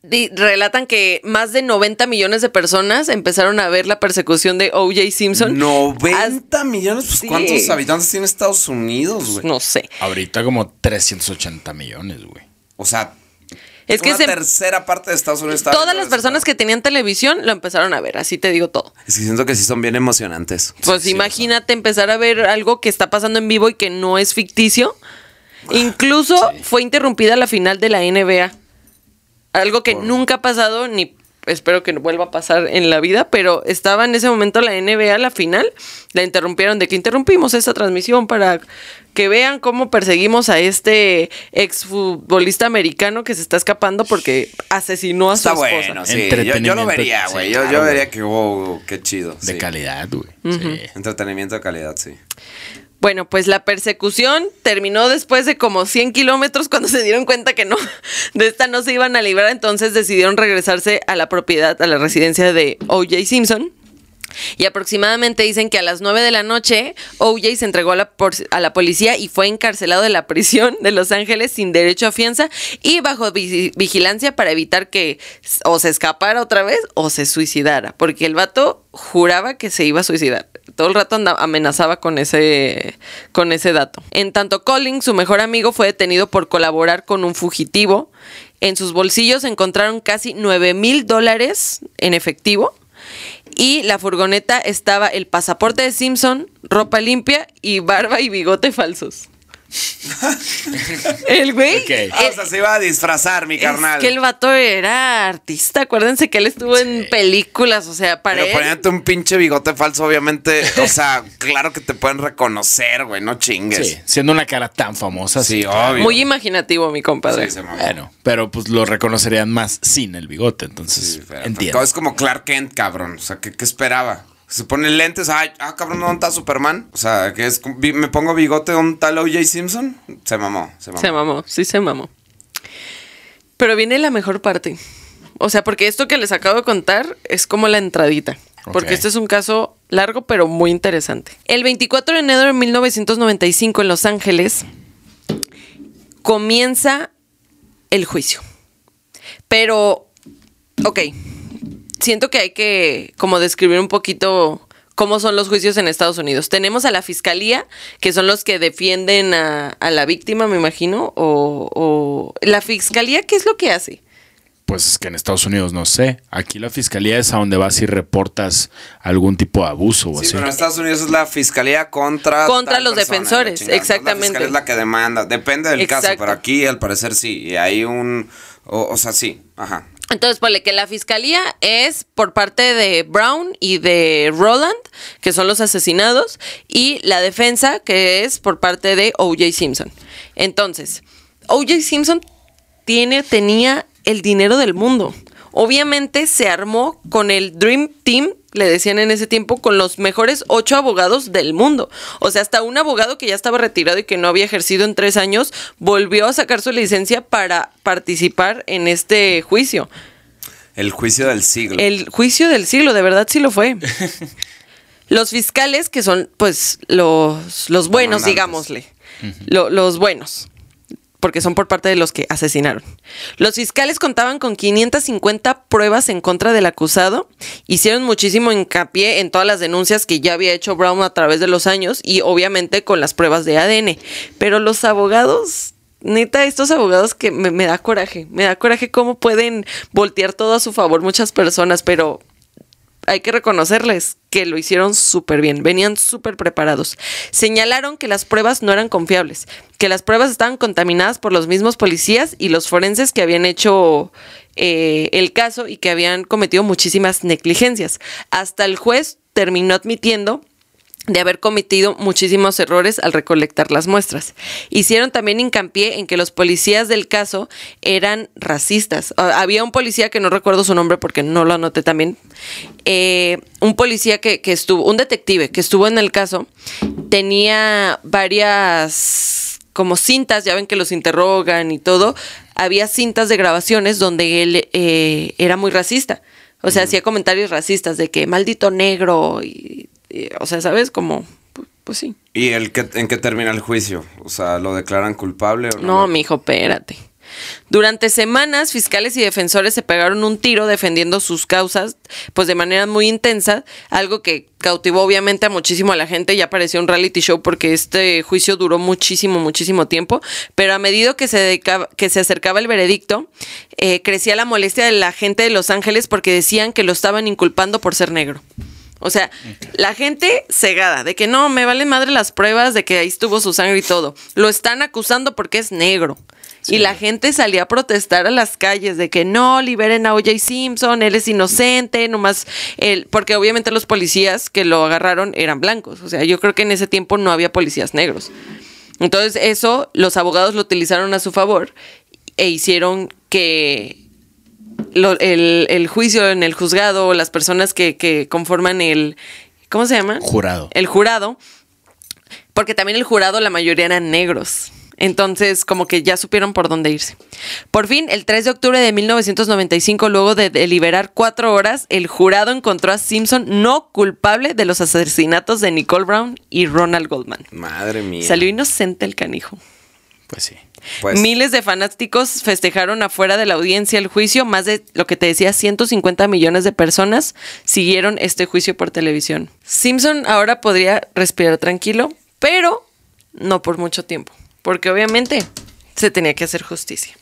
Speaker 1: Di- relatan que más de 90 millones de personas empezaron a ver la persecución de O.J. Simpson.
Speaker 2: 90 millones, pues
Speaker 1: Sí.
Speaker 2: ¿cuántos habitantes tiene Estados Unidos,
Speaker 1: Hasta-
Speaker 2: güey?
Speaker 1: No sé.
Speaker 3: Ahorita como 380 millones, güey.
Speaker 2: O sea,
Speaker 1: Es que
Speaker 2: una
Speaker 1: se-
Speaker 2: tercera parte de Estados Unidos está
Speaker 1: todas
Speaker 2: viendo
Speaker 1: las
Speaker 2: eso.
Speaker 1: personas que tenían televisión lo empezaron a ver, así te digo todo.
Speaker 2: Es que siento que sí son bien emocionantes.
Speaker 1: Pues
Speaker 3: sí,
Speaker 1: imagínate empezar a ver algo que está pasando en vivo y que no es ficticio.
Speaker 2: Ah,
Speaker 1: Incluso fue interrumpida la final de la NBA. Algo que nunca ha pasado, ni espero que no vuelva a pasar en la vida, pero estaba en ese momento la NBA, la final, la interrumpieron de que interrumpimos esta transmisión para que vean cómo perseguimos a este exfutbolista americano que se está escapando porque asesinó a su
Speaker 2: Está
Speaker 1: esposa.
Speaker 2: bueno, sí. Yo, yo lo
Speaker 3: Entretenimiento,
Speaker 2: vería,
Speaker 3: sí,
Speaker 2: güey. yo, yo
Speaker 3: claro,
Speaker 2: vería
Speaker 3: güey.
Speaker 2: que, wow, qué chido.
Speaker 3: De
Speaker 2: sí.
Speaker 3: calidad, güey. Sí.
Speaker 2: Entretenimiento de calidad, sí.
Speaker 1: Bueno, pues la persecución terminó después de como 100 kilómetros cuando se dieron cuenta que no, de esta no se iban a librar, entonces decidieron regresarse a la propiedad, a la residencia de O.J. Simpson. Y aproximadamente dicen que a las 9 de la noche, O.J. se entregó a la, por- a la policía y fue encarcelado de la prisión de Los Ángeles sin derecho a fianza y bajo vi- vigilancia para evitar que s- o se escapara otra vez o se suicidara, porque el vato juraba que se iba a suicidar. Todo el rato anda- amenazaba con ese, con ese dato. En tanto, Collins, su mejor amigo, fue detenido por colaborar con un fugitivo. En sus bolsillos encontraron casi 9 mil dólares en efectivo. Y la furgoneta estaba el pasaporte de Simpson, ropa limpia y barba y bigote falsos. el güey.
Speaker 3: Ok.
Speaker 1: el-
Speaker 2: Ah, o sea, se iba a disfrazar, mi
Speaker 1: Eh,
Speaker 2: carnal.
Speaker 1: es que el vato era artista. Acuérdense que él estuvo en películas. O sea, para
Speaker 2: Pero
Speaker 1: él-
Speaker 2: poniéndote un pinche bigote falso, obviamente, o sea, claro que te pueden reconocer, güey, no chingues.
Speaker 3: Sí, siendo una cara tan famosa.
Speaker 2: Sí,
Speaker 3: claro.
Speaker 2: obvio.
Speaker 1: Muy imaginativo, mi compadre.
Speaker 2: Sí, se mamó.
Speaker 3: Bueno, pero pues lo reconocerían más sin el bigote, entonces
Speaker 2: Sí, pero
Speaker 3: pues, entiendo.
Speaker 2: Es como Clark Kent, cabrón. O sea, ¿qué, qué esperaba? Se pone lentes, ay, ah, cabrón, ¿dónde está Superman? O sea, que es, vi- me pongo bigote, ¿dónde está el O.J. Simpson? Se mamó, se mamó.
Speaker 1: Se mamó, sí se mamó. Pero viene la mejor parte. O sea, porque esto que les acabo de contar es como la entradita. Porque
Speaker 3: Ok.
Speaker 1: este es un caso largo, pero muy interesante. El 24 de enero de 1995 en Los Ángeles comienza el juicio. Pero, ok, siento que hay que como describir un poquito cómo son los juicios en Estados Unidos. Tenemos a la fiscalía, que son los que defienden a, a la víctima, me imagino, o, o- la fiscalía, ¿qué es lo que hace?
Speaker 3: Pues es que en Estados Unidos no sé. Aquí la fiscalía es a donde vas y reportas algún tipo de abuso o
Speaker 2: Sí,
Speaker 3: así.
Speaker 2: pero en Estados Unidos es la fiscalía contra.
Speaker 1: Contra
Speaker 2: tal
Speaker 1: los
Speaker 2: persona, la
Speaker 1: defensores,
Speaker 2: chingada. Entonces,
Speaker 1: exactamente.
Speaker 2: La fiscalía es la que demanda. Depende del caso,
Speaker 1: Exacto.
Speaker 2: pero aquí al parecer sí. Y hay un. O, o sea, sí. Ajá.
Speaker 1: Entonces, ponle que la fiscalía es por parte de Brown y de Roland, que son los asesinados, y la defensa, que es por parte de O.J. Simpson. Entonces, O.J. Simpson tiene, tenía el dinero del mundo. Obviamente se armó con el Dream Team, le decían en ese tiempo, con los mejores ocho abogados del mundo. O sea, hasta un abogado que ya estaba retirado y que no había ejercido en tres años, volvió a sacar su licencia para participar en este juicio.
Speaker 2: El juicio del siglo.
Speaker 1: El juicio del siglo, de verdad sí lo fue. Los fiscales, que son pues los, los buenos,
Speaker 2: Comandantes.
Speaker 1: digámosle. Lo- los buenos. Porque son por parte de los que asesinaron. Los fiscales contaban con 550 pruebas en contra del acusado. Hicieron muchísimo hincapié en todas las denuncias que ya había hecho Brown a través de los años y obviamente con las pruebas de ADN. Pero los abogados, neta, estos abogados que me, me da coraje. Me da coraje cómo pueden voltear todo a su favor muchas personas, pero hay que reconocerles que lo hicieron súper bien, venían súper preparados. Señalaron que las pruebas no eran confiables, que las pruebas estaban contaminadas por los mismos policías y los forenses que habían hecho eh, el caso y que habían cometido muchísimas negligencias. Hasta el juez terminó admitiendo de haber cometido muchísimos errores al recolectar las muestras. Hicieron también hincapié en que los policías del caso eran racistas. Ah, Había un policía que no recuerdo su nombre porque no lo anoté también. eh, un policía que, que estuvo, un detective que estuvo en el caso, tenía varias como cintas, ya ven que los interrogan y todo. Había cintas de grabaciones donde él eh, era muy racista. O sea, hacía comentarios racistas de que maldito negro y eh, o sea, ¿sabes? Como, pu- pues sí.
Speaker 2: ¿Y el que, en qué termina el juicio? O sea, ¿lo declaran culpable o no?
Speaker 1: No, mijo, espérate. Durante semanas, fiscales y defensores se pegaron un tiro defendiendo sus causas, pues de manera muy intensa, algo que cautivó obviamente a muchísimo a la gente y apareció un reality show porque este juicio duró muchísimo, muchísimo tiempo, pero a medida que se, dedicaba- que se acercaba el veredicto, eh, crecía la molestia de la gente de Los Ángeles porque decían que lo estaban inculpando por ser negro. O sea, la gente cegada de que no, me valen madre las pruebas de que ahí estuvo su sangre y todo. Lo están acusando porque es negro. Y la gente salía a protestar a las calles de que no, liberen a OJ Simpson, él es inocente, nomás él, porque obviamente los policías que lo agarraron eran blancos. O sea, yo creo que en ese tiempo no había policías negros. Entonces eso los abogados lo utilizaron a su favor e hicieron que lo- el, el juicio en el juzgado o las personas que, que conforman el... ¿Cómo se llama?
Speaker 3: Jurado.
Speaker 1: El jurado. Porque también el jurado la mayoría eran negros. Entonces, como que ya supieron por dónde irse. Por fin, el 3 de octubre de 1995, luego de deliberar cuatro horas, el jurado encontró a Simpson no culpable de los asesinatos de Nicole Brown y Ronald Goldman.
Speaker 2: Madre mía.
Speaker 1: Salió inocente el canijo.
Speaker 3: Pues sí.
Speaker 2: Pues,
Speaker 1: Miles de fanáticos festejaron afuera de la audiencia el juicio. Más de lo que te decía, 150 millones de personas siguieron este juicio por televisión. Simpson ahora podría respirar tranquilo, pero no por mucho tiempo, porque obviamente se tenía que hacer justicia.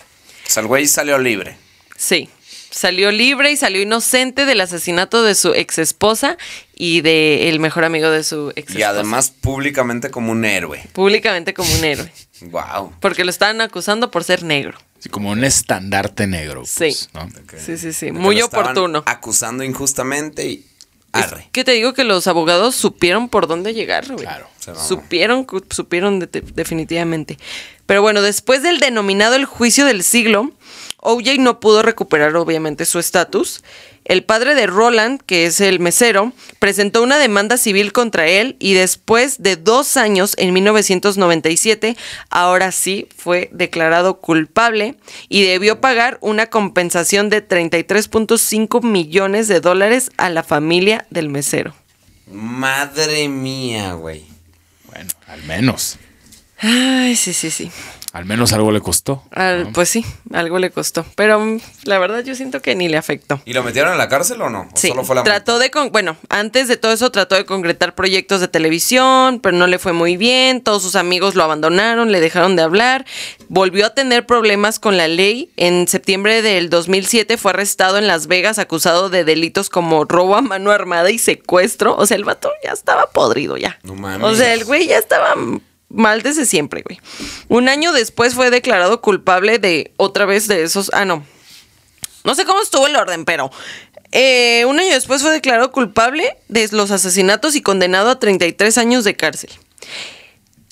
Speaker 2: o sea, el güey salió libre.
Speaker 1: Sí, salió libre y salió inocente del asesinato de su ex esposa y del mejor amigo de su ex
Speaker 2: Y además públicamente como un héroe.
Speaker 1: públicamente como un héroe,
Speaker 2: Wow.
Speaker 1: porque lo estaban acusando por ser negro.
Speaker 3: Sí, como un estandarte negro.
Speaker 1: Sí.
Speaker 3: pues, ¿no?
Speaker 1: Sí, sí, sí, muy oportuno.
Speaker 2: Acusando injustamente y arre.
Speaker 1: Que te digo que los abogados supieron por dónde llegar, güey.
Speaker 3: Claro,
Speaker 2: se mamó.
Speaker 1: supieron, cu- supieron de- definitivamente. Pero bueno, después del denominado el juicio del siglo, OJ no pudo recuperar obviamente su estatus. El padre de Roland, que es el mesero, presentó una demanda civil contra él y después de dos años, en 1997, ahora sí fue declarado culpable y debió pagar una compensación de 33.5 millones de dólares a la familia del mesero.
Speaker 2: Madre mía, güey.
Speaker 3: Bueno, al menos.
Speaker 1: Ay, sí, sí, sí.
Speaker 3: Al menos algo le costó.
Speaker 1: Al- Pues sí, algo le costó. Pero mm, la verdad yo siento que ni le afectó.
Speaker 2: ¿Y lo metieron a la cárcel o no? ¿O
Speaker 1: Sí,
Speaker 2: solo fue la
Speaker 1: trató de, con- bueno, antes de todo eso trató de concretar proyectos de televisión, pero no le fue muy bien, todos sus amigos lo abandonaron, le dejaron de hablar, volvió a tener problemas con la ley, en septiembre del 2007 fue arrestado en Las Vegas acusado de delitos como robo a mano armada y secuestro, o sea, el vato ya estaba podrido ya.
Speaker 2: No mames.
Speaker 1: O sea, el güey ya estaba mal desde siempre, güey. Un año después fue declarado culpable de otra vez de esos, ah, no, no sé cómo estuvo el orden, pero eh, un año después fue declarado culpable de los asesinatos y condenado a 33 años de cárcel.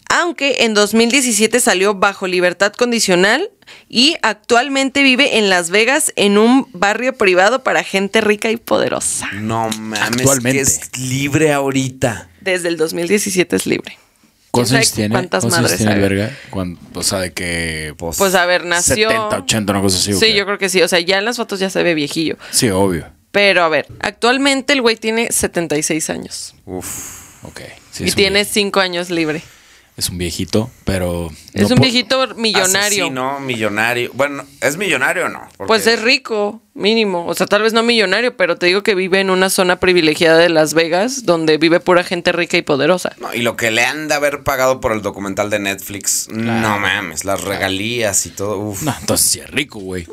Speaker 1: Aunque en 2017 salió bajo libertad condicional y actualmente vive en Las Vegas en un barrio privado para gente rica y poderosa.
Speaker 2: No mames, que
Speaker 3: Actualmente.
Speaker 2: es libre ahorita.
Speaker 1: Desde el 2017 es libre.
Speaker 3: ¿Cuántos
Speaker 1: ¿Quién
Speaker 3: años
Speaker 1: sabe
Speaker 3: tiene?
Speaker 1: cuántas
Speaker 3: ¿Cuántos años
Speaker 1: madres
Speaker 3: tiene el
Speaker 1: sabe?
Speaker 3: verga? Cuando- o sea, de que... Pues,
Speaker 1: Pues a ver, nació...
Speaker 3: 70, 80, una cosa así. ¿o
Speaker 1: Sí,
Speaker 3: qué?
Speaker 1: yo creo que sí. O sea, ya en las fotos ya se ve viejillo.
Speaker 3: Sí, obvio.
Speaker 1: Pero a ver, actualmente el güey tiene 76 años
Speaker 2: Uf.
Speaker 3: Ok. Sí,
Speaker 1: y
Speaker 3: es un
Speaker 1: tiene 5 años libre.
Speaker 3: vie- Es un viejito, pero...
Speaker 1: Es
Speaker 3: no
Speaker 1: un
Speaker 3: po-
Speaker 1: viejito millonario.
Speaker 2: Asesino, millonario. Bueno, ¿es millonario o no? Porque-
Speaker 1: Pues es rico, mínimo. O sea, tal vez no millonario, pero te digo que vive en una zona privilegiada de Las Vegas, donde vive pura gente rica y poderosa.
Speaker 2: No, y lo que le han de haber pagado por el documental de Netflix, no mames, las regalías y todo. Uf.
Speaker 3: No, entonces sí es rico, güey.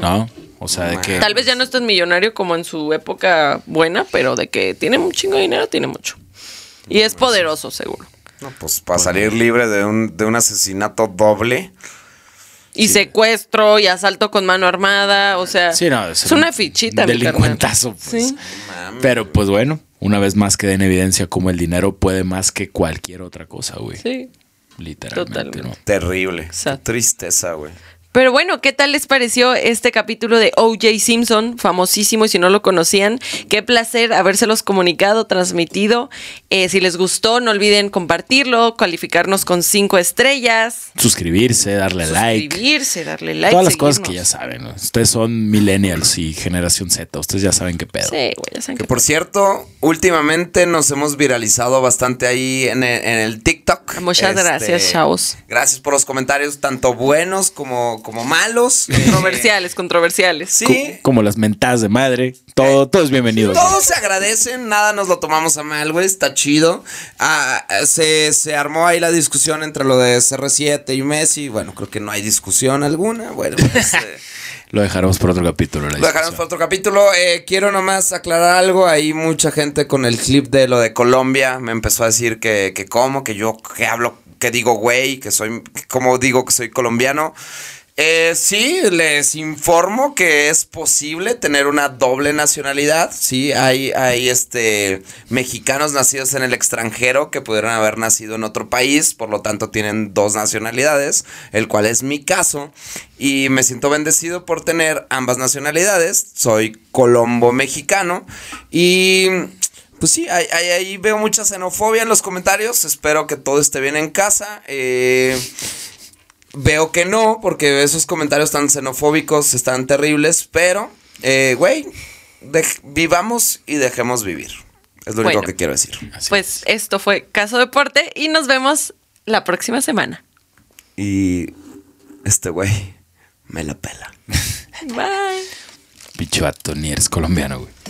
Speaker 3: ¿No? O sea, de que...
Speaker 1: Tal vez ya no es tan millonario como en su época buena, pero de que tiene un chingo de dinero, tiene mucho. Y es poderoso, seguro.
Speaker 2: No, pues para salir libre de un, de un asesinato doble.
Speaker 1: Y secuestro y asalto con mano armada, o sea,
Speaker 3: Sí, no,
Speaker 1: es, una fichita. mi carnal.
Speaker 3: Delincuentazo, pues.
Speaker 1: Sí.
Speaker 3: Pero pues bueno, una vez más queda en evidencia cómo el dinero puede más que cualquier otra cosa, güey.
Speaker 1: Sí.
Speaker 3: Literalmente, ¿no?
Speaker 1: Totalmente.
Speaker 2: Terrible.
Speaker 1: Exacto.
Speaker 2: Qué Tristeza, güey.
Speaker 1: Pero bueno, ¿qué tal les pareció este capítulo de OJ Simpson? Famosísimo, y si no lo conocían, qué placer habérselos comunicado, transmitido. Eh, si les gustó, no olviden compartirlo, calificarnos con cinco estrellas,
Speaker 3: Suscribirse, darle like.
Speaker 1: suscribirse, darle like.
Speaker 3: Todas las cosas que ya
Speaker 1: seguirnos.
Speaker 3: saben. ¿no? Ustedes son millennials y generación Z. Ustedes ya saben qué pedo.
Speaker 1: Sí, güey, ya saben
Speaker 2: Que
Speaker 1: que-
Speaker 2: por cierto, últimamente nos hemos viralizado bastante ahí en el, en el TikTok. Este,
Speaker 1: Muchas gracias, chavos.
Speaker 2: Gracias por los comentarios, tanto buenos como, como malos.
Speaker 1: Controversiales, controversiales.
Speaker 2: Sí.
Speaker 3: Co- Como las mentadas de madre. Todo, todo es bienvenido. güey.
Speaker 2: Todos se agradecen, nada nos lo tomamos a mal, güey, está chido. Ah, se, se armó ahí la discusión entre lo de CR7 y Messi, bueno, creo que no hay discusión alguna, bueno, pues, eh,
Speaker 3: Lo dejaremos por otro capítulo. la
Speaker 2: lo dejaremos
Speaker 3: discusión.
Speaker 2: para otro capítulo. Eh, quiero nomás aclarar algo, ahí mucha gente con el clip de lo de Colombia me empezó a decir que, que cómo, que yo, que hablo, que digo güey, que soy, como digo que soy colombiano. Eh, sí, les informo que es posible tener una doble nacionalidad. Sí, hay, hay este, mexicanos nacidos en el extranjero que pudieron haber nacido en otro país, por lo tanto tienen dos nacionalidades, el cual es mi caso. Y me siento bendecido por tener ambas nacionalidades. Soy colombo-mexicano y... Pues sí, ahí, ahí- ahí veo mucha xenofobia en los comentarios. Espero que todo esté bien en casa. Eh, veo que no, porque esos comentarios tan xenofóbicos están terribles. Pero, eh, güey, dej- vivamos y dejemos vivir. Es lo único
Speaker 1: Bueno.
Speaker 2: que quiero decir.
Speaker 3: Así
Speaker 1: Pues esto fue Caso Deporte y nos vemos la próxima semana.
Speaker 2: Y este güey me la pela.
Speaker 1: Bye.
Speaker 3: Pinche vato, ni eres colombiano, güey.